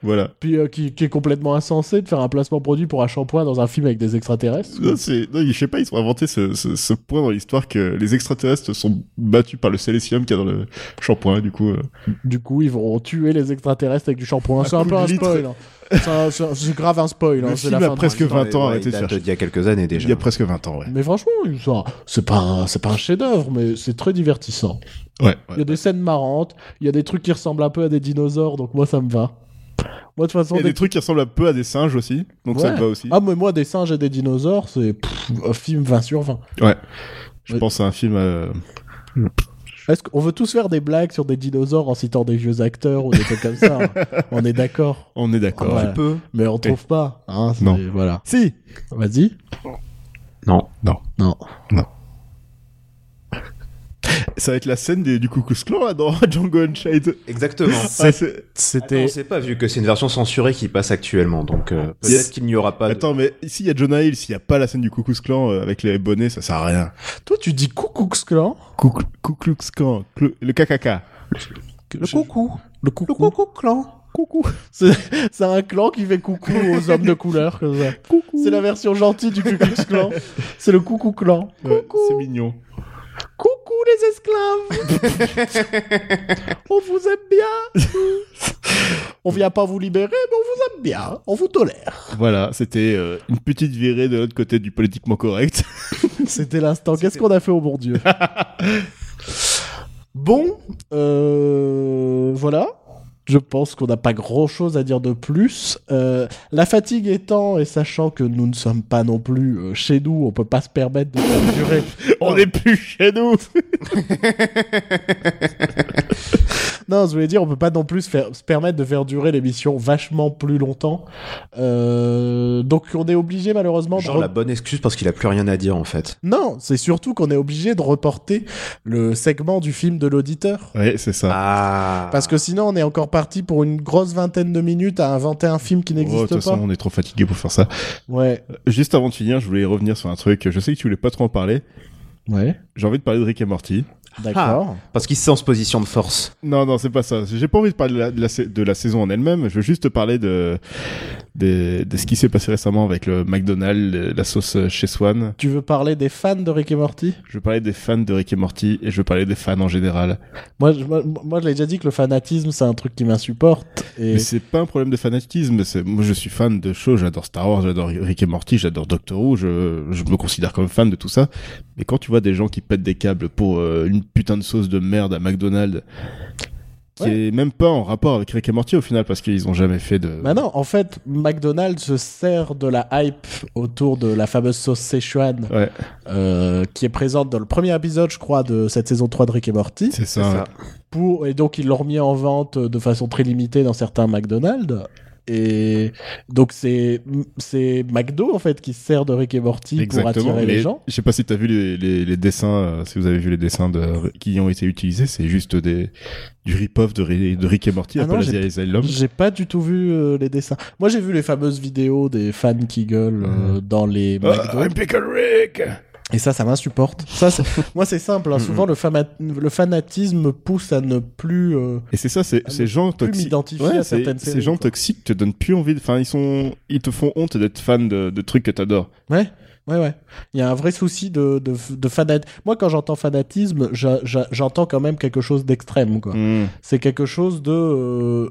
Speaker 3: Voilà.
Speaker 1: Puis euh, qui, qui est complètement insensé de faire un placement produit pour un shampoing dans un film avec des extraterrestres.
Speaker 3: Non, c'est- non, je sais pas, ils ont inventé ce, ce- ce point dans l'histoire que les extraterrestres sont battus par le sélénium qu'il y a dans le shampoing, du coup. euh.
Speaker 1: Du coup, ils vont tuer les extraterrestres avec du shampoing.
Speaker 3: Un
Speaker 1: C'est un
Speaker 3: coup
Speaker 1: peu
Speaker 3: de
Speaker 1: un
Speaker 3: litre.
Speaker 1: spoil. hein. C'est un- C'est un- c'est grave un spoil.
Speaker 3: Le
Speaker 1: hein, c'est
Speaker 3: film
Speaker 1: la
Speaker 3: a
Speaker 1: fin de-
Speaker 3: presque- Que 20 ans,
Speaker 2: Ouais, il
Speaker 3: arrêtez de
Speaker 2: date
Speaker 3: chercher.
Speaker 2: d'il y a quelques années
Speaker 3: Il
Speaker 2: déjà.
Speaker 3: y a presque 20 ans, ouais.
Speaker 1: Mais franchement, ça- c'est pas, un- c'est pas un chef-d'œuvre, mais c'est très divertissant.
Speaker 3: Ouais,
Speaker 1: Il y a des scènes marrantes, il y a des trucs qui ressemblent un peu à des dinosaures, donc moi ça me va. Moi de toute façon,
Speaker 3: Il y a
Speaker 1: dès
Speaker 3: des trucs qui ressemblent un peu à des singes aussi, donc ça
Speaker 1: Ouais.
Speaker 3: me va aussi.
Speaker 1: que- ah mais moi des singes et des dinosaures, c'est pff, un film 20 sur 20.
Speaker 3: Je
Speaker 1: ouais.
Speaker 3: pense à un film. euh,
Speaker 1: Est-ce qu'on veut tous faire des blagues sur des dinosaures en citant des vieux acteurs ou des trucs comme ça hein On est d'accord,
Speaker 3: On est d'accord.
Speaker 1: Ah ouais.
Speaker 2: peu.
Speaker 1: mais on trouve pas. hein, c'est-
Speaker 3: Non.
Speaker 1: Voilà.
Speaker 3: Si
Speaker 1: Vas-y.
Speaker 2: Non.
Speaker 1: Non.
Speaker 3: Ça va être la scène des- du Cuckoo's Clan là, dans Django Unchained.
Speaker 2: Exactement.
Speaker 3: Ça, c'est-
Speaker 1: C'était.
Speaker 2: Attends, c'est pas vu que c'est une version censurée qui passe actuellement, donc euh, peut-être
Speaker 3: Yes.
Speaker 2: qu'il n'y aura pas. de-
Speaker 3: Attends, mais s'il y a Jonah Hill, s'il n'y a pas la scène du Cuckoo's Clan euh, avec les bonnets, ça sert à rien.
Speaker 1: Toi tu dis Coucouxclan Clan.
Speaker 3: Cuckoo's Clan, cl- le KKK.
Speaker 1: Le coucou. Le coucou.
Speaker 2: clan.
Speaker 1: coucou. C'est c'est un clan qui fait coucou aux hommes de couleur comme ça. C'est la version gentille du Cucux Clan. C'est le coucou clan.
Speaker 3: Ouais, c'est mignon.
Speaker 1: Coucou les esclaves On vous aime bien On vient pas vous libérer, mais on vous aime bien. On vous tolère.
Speaker 3: Voilà, c'était euh, une petite virée de l'autre côté du politiquement correct.
Speaker 1: C'était l'instant. Qu'est-ce qu'on a fait au bon Dieu Bon, euh, voilà. Je pense qu'on n'a pas grand chose à dire de plus. Euh, la fatigue étant, et sachant que nous ne sommes pas non plus euh, chez nous, on peut pas se permettre de faire durer.
Speaker 3: On n'est plus chez nous
Speaker 1: Non, je voulais dire, on peut pas non plus se faire- se permettre de faire durer l'émission vachement plus longtemps. Euh, donc on est obligé malheureusement de
Speaker 2: Genre la bonne excuse parce qu'il a plus rien à dire en fait.
Speaker 1: Non, c'est surtout qu'on est obligé de reporter le segment du film de l'auditeur.
Speaker 3: Ouais, c'est ça.
Speaker 2: Ah.
Speaker 1: Parce que sinon, on est encore parti pour une grosse vingtaine de minutes à inventer un film qui
Speaker 3: Oh, de
Speaker 1: n'existe
Speaker 3: toute
Speaker 1: pas.
Speaker 3: façon, on est trop fatigué pour faire ça. Euh,
Speaker 1: Ouais.
Speaker 3: Juste avant de finir, je voulais revenir sur un truc. Je sais que tu voulais pas trop en parler.
Speaker 1: Ouais.
Speaker 3: J'ai envie de parler de Rick et Morty.
Speaker 1: D'accord.
Speaker 3: Ah.
Speaker 2: Parce qu'il se sent en position de force.
Speaker 3: Non, non, c'est pas ça. J'ai pas envie de parler de la, de la sa- de la saison en elle-même. Je veux juste te parler de, de, de ce qui s'est passé récemment avec le McDonald's, le- la sauce euh, chez Swan.
Speaker 1: Tu veux parler des fans de Rick et Morty
Speaker 3: Je veux parler des fans de Rick et Morty et je veux parler des fans en général.
Speaker 1: Moi, je, moi, moi, je l'ai déjà dit que le fanatisme, c'est un truc qui m'insupporte. Et
Speaker 3: Mais c'est pas un problème de fanatisme. c'est- Moi, je suis fan de shows. J'adore Star Wars, j'adore Rick et Morty, j'adore Doctor Who. Je, je me considère comme fan de tout ça. Mais quand tu vois des gens qui pètent des câbles pour euh, une putain de sauce de merde à McDonald's, qui
Speaker 1: Ouais.
Speaker 3: est même pas en rapport avec Rick et Morty au final parce qu'ils ont jamais fait de.
Speaker 1: Bah non, en fait, McDonald's se sert de la hype autour de la fameuse sauce Szechuan
Speaker 3: Ouais,
Speaker 1: euh, qui est présente dans le premier épisode, je crois, de cette saison 3 de Rick et Morty.
Speaker 3: c'est
Speaker 2: C'est
Speaker 3: ça. ouais.
Speaker 2: ça.
Speaker 1: pour et donc ils l'ont remis en vente euh, de façon très limitée dans certains McDonald's et donc c'est c'est McDo en fait qui se sert de Rick et Morty pour attirer
Speaker 3: mais
Speaker 1: les gens.
Speaker 3: Je sais pas si t'as vu les, les, les dessins, euh, si vous avez vu les dessins de, qui ont été utilisés, c'est juste des, du rip-off de, Ri- de Rick et Morty,
Speaker 1: Ah non,
Speaker 3: appelé
Speaker 1: j'ai-
Speaker 3: The Asylum.
Speaker 1: J'ai pas du tout vu euh, les dessins. Moi j'ai vu les fameuses vidéos des fans qui gueulent euh, dans les McDo
Speaker 3: Ah, I'm Pickle Rick
Speaker 1: et ça ça m'insupporte. Ça c'est- moi c'est simple, hein,
Speaker 2: Mhm.
Speaker 1: souvent le, fama- le fanatisme me pousse à ne plus euh,
Speaker 3: Et c'est ça, c'est
Speaker 1: Ah,
Speaker 3: ces gens
Speaker 1: plus
Speaker 3: toxiques.
Speaker 1: m'identifier
Speaker 3: Ouais,
Speaker 1: à
Speaker 3: c'est-
Speaker 1: certaines
Speaker 3: ces
Speaker 1: séries,
Speaker 3: gens
Speaker 1: quoi.
Speaker 3: toxiques te donnent plus envie de, enfin, ils sont, ils te font honte d'être fan de, de trucs que t'adores.
Speaker 1: Ouais, ouais, ouais. Il y a un vrai souci de, de, de fanat- Moi, quand j'entends fanatisme, j'a- j'a- j'entends quand même quelque chose d'extrême, quoi.
Speaker 3: Mm.
Speaker 1: C'est quelque chose de. euh,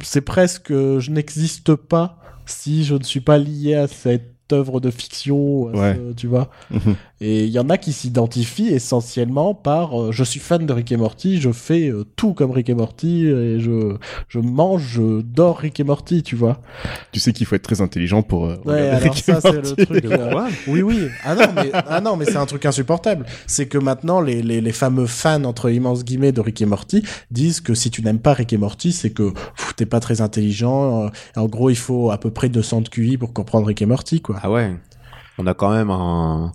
Speaker 1: c'est presque. euh, Je n'existe pas si je ne suis pas lié à cette œuvre de fiction, à
Speaker 3: Ouais.
Speaker 1: ce- tu vois.
Speaker 3: Mhm.
Speaker 1: Et il y en a qui s'identifient essentiellement par euh, je suis fan de Rick et Morty, je fais euh, tout comme Rick et Morty, et je, je mange, je dors Rick et Morty, tu vois.
Speaker 3: Tu sais qu'il faut être très intelligent pour. euh,
Speaker 1: Ouais,
Speaker 3: regarder
Speaker 1: alors
Speaker 3: Rick et
Speaker 1: ça, c'est
Speaker 3: Morty.
Speaker 1: le truc. euh,
Speaker 2: Quoi
Speaker 1: oui, oui. Ah non, mais, ah non, mais c'est un truc insupportable. C'est que maintenant, les, les, les fameux fans, entre immenses guillemets, de Rick et Morty disent que si tu n'aimes pas Rick et Morty, c'est que pff, t'es pas très intelligent. euh, en gros, il faut à peu près 200 de QI pour comprendre Rick et Morty, quoi.
Speaker 2: Ah ouais. On a quand même un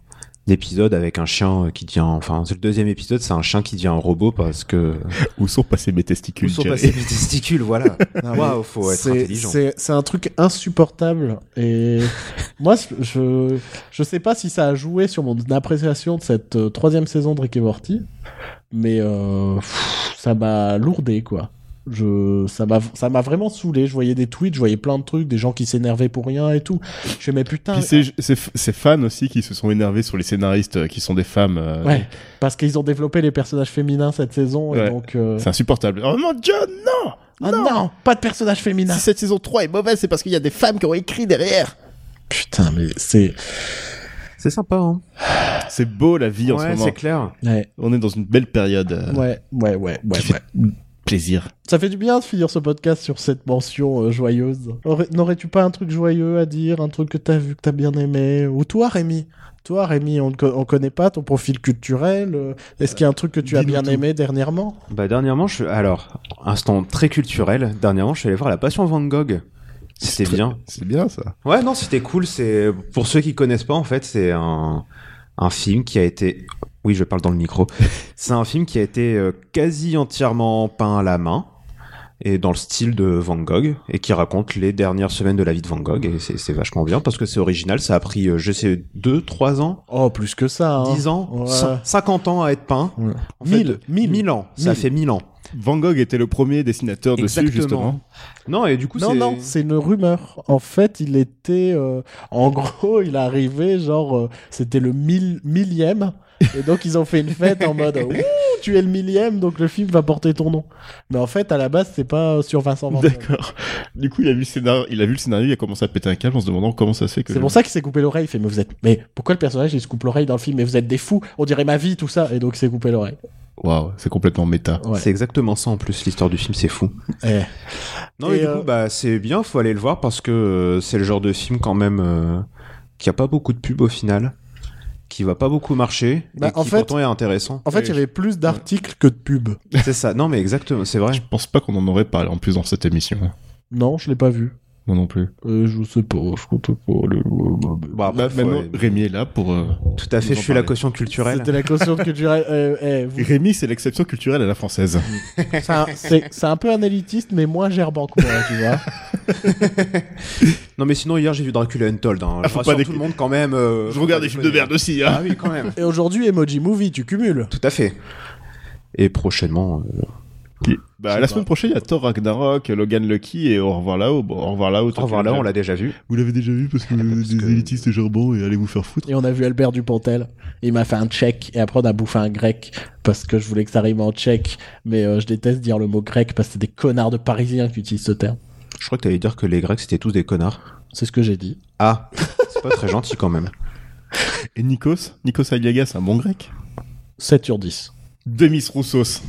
Speaker 2: épisode avec un chien euh, qui devient enfin c'est le deuxième épisode c'est un chien qui devient un robot parce que
Speaker 3: Où sont passés mes testicules
Speaker 2: ils sont
Speaker 3: Jerry
Speaker 2: passés mes testicules voilà
Speaker 1: Non, mais
Speaker 2: waouh faut être
Speaker 1: c'est,
Speaker 2: intelligent
Speaker 1: c'est, c'est un truc insupportable. Et moi, je, je sais pas si ça a joué sur mon appréciation de cette euh, troisième saison de Rick et Morty, mais euh, pff, ça m'a lourdé, quoi. Je, ça m'a, ça m'a vraiment saoulé. Je voyais des tweets, je voyais plein de trucs, des gens qui s'énervaient pour rien et tout. Je fais, mais putain.
Speaker 3: Puis ces, ces, ces fans aussi qui se sont énervés sur les scénaristes euh, qui sont des femmes. euh,
Speaker 1: Ouais, parce qu'ils ont développé les personnages féminins cette saison, et
Speaker 3: Ouais.
Speaker 1: donc. euh,
Speaker 3: C'est insupportable. Oh mon dieu, non
Speaker 1: Ah non, pas de personnages féminins.
Speaker 3: cette saison 3 est mauvaise, c'est parce qu'il y a des femmes qui ont écrit derrière.
Speaker 1: Putain, mais c'est.
Speaker 2: c'est sympa hein
Speaker 3: C'est beau la vie en ce
Speaker 2: ouais
Speaker 3: moment.
Speaker 2: c'est clair
Speaker 1: Ouais,
Speaker 3: On est dans une belle période. euh,
Speaker 1: ouais, ouais, ouais, ouais.
Speaker 3: qui fait
Speaker 1: ouais.
Speaker 3: plaisir.
Speaker 1: Ça fait du bien de finir ce podcast sur cette mention euh, joyeuse. Aurais- N'aurais-tu pas un truc joyeux à dire, un truc que t'as vu, que t'as bien aimé Ou toi, Rémi Toi, Rémi, on ne co- on connaît pas ton profil culturel. euh, Est-ce qu'il y a un truc que tu
Speaker 2: Euh,
Speaker 1: as
Speaker 3: Dis-nous
Speaker 1: bien
Speaker 3: tout.
Speaker 1: aimé dernièrement
Speaker 2: bah dernièrement je alors instant très culturel dernièrement je suis allé voir la passion Van Gogh c'était
Speaker 3: très-
Speaker 2: bien
Speaker 3: C'est bien ça.
Speaker 2: Ouais, non, c'était cool. C'est pour ceux qui connaissent pas, en fait, c'est un un film qui a été. Oui, je parle dans le micro. C'est un film qui a été euh, quasi entièrement peint à la main et dans le style de Van Gogh et qui raconte les dernières semaines de la vie de Van Gogh et c'est c'est vachement bien parce que c'est original. Ça a pris, euh, je sais, deux, trois ans.
Speaker 1: Oh, plus que ça. hein.
Speaker 2: 10 ans,
Speaker 1: Ouais.
Speaker 2: cin- 50 ans à être peint.
Speaker 1: Ouais.
Speaker 2: En fait,
Speaker 1: Mille, mille.
Speaker 2: ans, ça
Speaker 1: Mille.
Speaker 2: fait 1000 ans.
Speaker 3: Van Gogh était le premier dessinateur dessus, justement.
Speaker 2: Non, et du coup,
Speaker 1: Non,
Speaker 2: c'est-
Speaker 1: non, c'est une rumeur. En fait, il était. euh, en gros, il arrivait, genre, euh, c'était le mille- millième. Et donc, ils ont fait une fête en mode Ouh, tu es le millième, donc le film va porter ton nom. Mais en fait, à la base, c'est pas euh, sur Vincent Van Gogh.
Speaker 3: D'accord. Du coup, il a, vu le scénario, il a vu le scénario, il a commencé à péter un câble en se demandant comment ça se fait que.
Speaker 1: C'est pour ça qu'il s'est coupé l'oreille. Il fait, mais vous êtes, mais pourquoi le personnage il se coupe l'oreille dans le film Mais vous êtes des fous. On dirait ma vie, tout ça. Et donc il s'est coupé l'oreille.
Speaker 3: Waouh, c'est complètement méta.
Speaker 1: Ouais.
Speaker 2: C'est exactement ça en plus, l'histoire du film, c'est fou.
Speaker 1: Eh.
Speaker 2: Non,
Speaker 1: Et
Speaker 2: mais du
Speaker 1: euh,
Speaker 2: coup, bah, c'est bien, faut aller le voir parce que euh, c'est le genre de film quand même euh, qui a pas beaucoup de pub au final, qui va pas beaucoup marcher,
Speaker 1: Bah,
Speaker 2: et
Speaker 1: en
Speaker 2: qui
Speaker 1: fait-
Speaker 2: pourtant est intéressant.
Speaker 1: En fait,
Speaker 3: Et
Speaker 1: il y avait plus d'articles que de pubs.
Speaker 2: c'est ça, non mais exactement, c'est vrai.
Speaker 3: Je pense pas qu'on en aurait parlé en plus dans cette émission. hein.
Speaker 1: Non, je l'ai pas vu.
Speaker 3: Moi non plus.
Speaker 1: Euh, je sais pas, je compte pas. le-
Speaker 2: Bon, Bah, après,
Speaker 3: Là,
Speaker 2: faut
Speaker 3: maintenant,
Speaker 2: aller-
Speaker 3: Rémi est là pour. euh,
Speaker 2: Tout à fait,
Speaker 3: nous
Speaker 2: je
Speaker 3: en
Speaker 2: suis la
Speaker 3: parler.
Speaker 2: caution culturelle.
Speaker 1: C'était la caution culturelle. euh, eh, vous-
Speaker 3: Rémi, c'est l'exception culturelle à la française.
Speaker 1: c'est un- C'est c'est un peu analytiste, mais moins gerbant que moi, tu vois.
Speaker 2: Non mais sinon hier j'ai vu Dracula Untold. Hein.
Speaker 3: Ah,
Speaker 2: je
Speaker 3: faut
Speaker 2: rassure
Speaker 3: pas
Speaker 2: tout
Speaker 3: déconner.
Speaker 2: le monde quand même. euh,
Speaker 3: Je
Speaker 2: faut
Speaker 3: regarde
Speaker 2: pas
Speaker 3: des films de
Speaker 2: déconner.
Speaker 3: merde aussi. hein.
Speaker 2: Ah oui quand même.
Speaker 1: Et aujourd'hui, Emoji Movie, tu cumules.
Speaker 2: Tout à fait. Et prochainement, euh,
Speaker 3: Bah, la semaine prochaine, il y a Thor Ragnarok, Logan Lucky et Au revoir là-haut. Bon, au revoir là-haut. toi,
Speaker 2: au revoir
Speaker 3: tu
Speaker 2: là,
Speaker 3: l'as
Speaker 2: on
Speaker 3: déjà-
Speaker 2: l'a déjà vu.
Speaker 3: Vous l'avez déjà vu parce que vous êtes des
Speaker 2: que-
Speaker 3: élitistes gerbants et allez vous faire foutre.
Speaker 1: Et on a vu Albert Dupontel. Il m'a fait un tchèque et après on a bouffé un grec parce que je voulais que ça rime en tchèque. Mais euh, je déteste dire le mot grec parce que c'est des connards de parisiens qui utilisent ce terme.
Speaker 2: Je crois que t'allais dire que les Grecs c'était tous des connards.
Speaker 1: C'est ce que j'ai dit.
Speaker 2: Ah, c'est pas très gentil quand même.
Speaker 3: Et Nikos Nikos Aliagas, un bon grec
Speaker 1: 7 sur 10.
Speaker 3: Demis Roussos.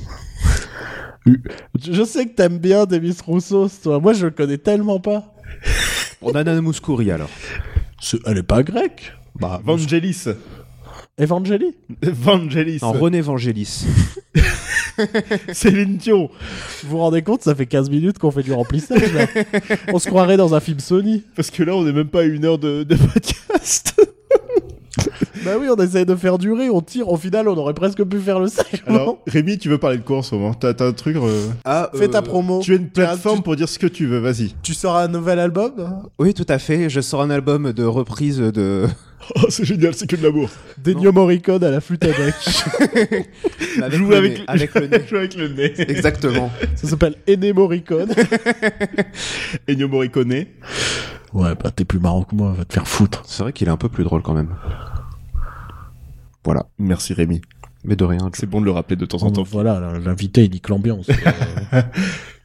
Speaker 1: Je je sais que t'aimes bien Demis Roussos, toi. Moi, je le connais tellement pas.
Speaker 2: On a Nana Mouskouri alors.
Speaker 1: C'est- Elle est pas grecque.
Speaker 2: Bah,
Speaker 3: Vangelis.
Speaker 1: Evangélie
Speaker 3: Vangelis.
Speaker 2: non, René Vangelis.
Speaker 3: Céline Dion.
Speaker 1: Vous vous rendez compte, ça fait 15 minutes qu'on fait du remplissage, là. on se croirait dans un film Sony.
Speaker 3: Parce que là, on n'est même pas à une heure de, de podcast.
Speaker 1: Bah oui, on essaye de faire durer, on tire. Au final, on aurait presque pu faire le segment.
Speaker 3: Alors, Rémi, tu veux parler de quoi en ce moment T'as t'as un truc. euh,
Speaker 2: Ah,
Speaker 1: Fais ta
Speaker 2: euh,
Speaker 1: promo.
Speaker 3: Tu as une plateforme
Speaker 1: tu-
Speaker 3: pour dire ce que tu veux, vas-y.
Speaker 1: tu sors un nouvel album hein
Speaker 2: Oui, tout à fait. Je sors un album de reprise de
Speaker 3: Oh, c'est génial, c'est que de l'amour.
Speaker 1: Dennio Morricone à la flûte à bec.
Speaker 2: avec
Speaker 3: Joue
Speaker 2: le
Speaker 3: avec,
Speaker 2: nez, avec le nez.
Speaker 3: Joue avec le nez.
Speaker 2: Exactement.
Speaker 1: Ça s'appelle Ennio Morricone.
Speaker 3: Ennio Morricone.
Speaker 1: Ouais, bah t'es plus marrant que moi, va te faire foutre.
Speaker 2: C'est vrai qu'il est un peu plus drôle quand même. Voilà.
Speaker 3: Merci Rémi.
Speaker 2: Mais de rien.
Speaker 3: C'est bon de le rappeler de temps en temps.
Speaker 1: Voilà, l'invité, il nique l'ambiance.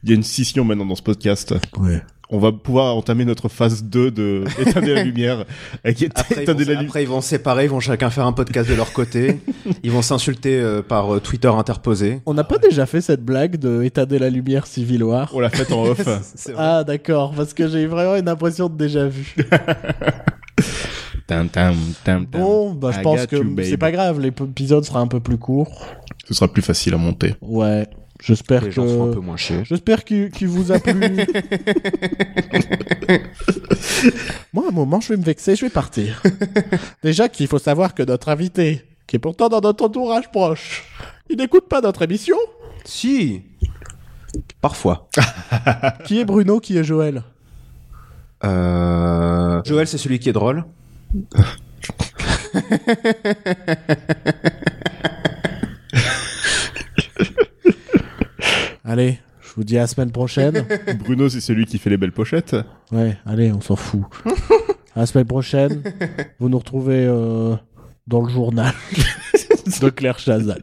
Speaker 3: Il y a une scission maintenant dans ce podcast.
Speaker 1: ouais.
Speaker 3: On va pouvoir entamer notre phase 2 de éteindre la lumière. Avec
Speaker 2: Après, ils
Speaker 3: éteindre
Speaker 2: vont,
Speaker 3: la lumière.
Speaker 2: après, ils vont se séparer, ils vont chacun faire un podcast de leur côté. Ils vont s'insulter euh, par euh, Twitter interposé.
Speaker 1: On n'a pas déjà fait cette blague de éteindre la lumière civiloire
Speaker 3: On l'a faite en off.
Speaker 2: C'est vrai.
Speaker 1: Ah d'accord, parce que j'ai vraiment une impression de déjà vu.
Speaker 3: Tam, tam, tam, tam.
Speaker 1: Bon, bah je
Speaker 3: I
Speaker 1: pense
Speaker 3: got
Speaker 1: que
Speaker 3: you, babe.
Speaker 1: c'est pas grave, l'épisode sera un peu plus court.
Speaker 3: Ce sera plus facile à monter.
Speaker 1: Ouais, j'espère
Speaker 2: Les
Speaker 1: que...
Speaker 2: gens font un peu moins chier.
Speaker 1: J'espère qu'il qu'il vous a plu. Moi, à un moment, je vais me vexer, je vais partir. Déjà qu'il faut savoir que notre invité, qui est pourtant dans notre entourage proche, il n'écoute pas notre émission.
Speaker 2: Si Parfois.
Speaker 1: Qui est Bruno, qui est Joël
Speaker 2: Euh... Joël, c'est celui qui est drôle.
Speaker 1: Allez, je vous dis à la semaine prochaine.
Speaker 3: Bruno, c'est celui qui fait les belles pochettes.
Speaker 1: Ouais, allez, on s'en fout. À la semaine prochaine, vous nous retrouvez euh, dans le journal de Claire Chazal.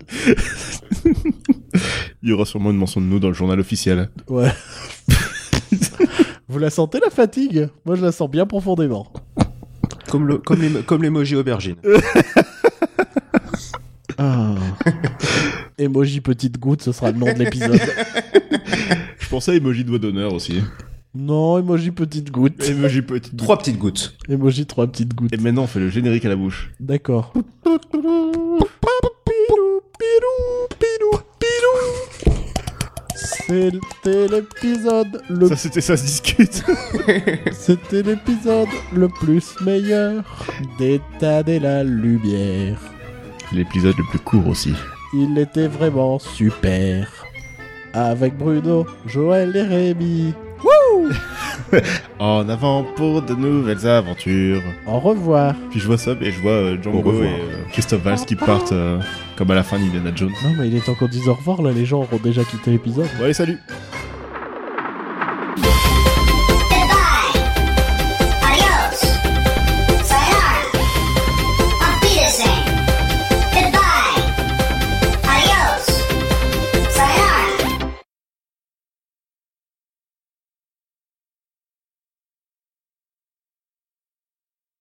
Speaker 3: Il y aura sûrement une mention de nous dans le journal officiel.
Speaker 1: Ouais. vous la sentez la fatigue Moi, je la sens bien profondément.
Speaker 2: Comme le, comme les, comme l'emoji aubergine.
Speaker 1: Emoji petite goutte, ce sera le nom de l'épisode.
Speaker 3: Je pensais à Emoji doigt d'honneur aussi.
Speaker 1: non, emoji petite goutte.
Speaker 3: Emoji petite.
Speaker 2: Trois petites gouttes.
Speaker 1: Emoji trois petites gouttes.
Speaker 3: Et maintenant, on fait le générique à la bouche.
Speaker 1: D'accord. C'était l'épisode le
Speaker 3: Ça, c'était ça se discute.
Speaker 1: c'était l'épisode le plus meilleur d'éteindre la lumière.
Speaker 3: L'épisode le plus court aussi.
Speaker 1: Il était vraiment super. Avec Bruno, Joël et Rémi.
Speaker 3: En avant pour de nouvelles aventures.
Speaker 1: Au revoir.
Speaker 3: Puis je vois ça et je vois euh,
Speaker 2: Au
Speaker 3: Django et
Speaker 2: revoir.
Speaker 3: euh, Christophe Valls qui partent euh, comme à la fin d'Indiana Jones.
Speaker 1: Non mais il est temps qu'on dise au revoir là, les gens auront déjà quitté l'épisode.
Speaker 3: Bon allez, salut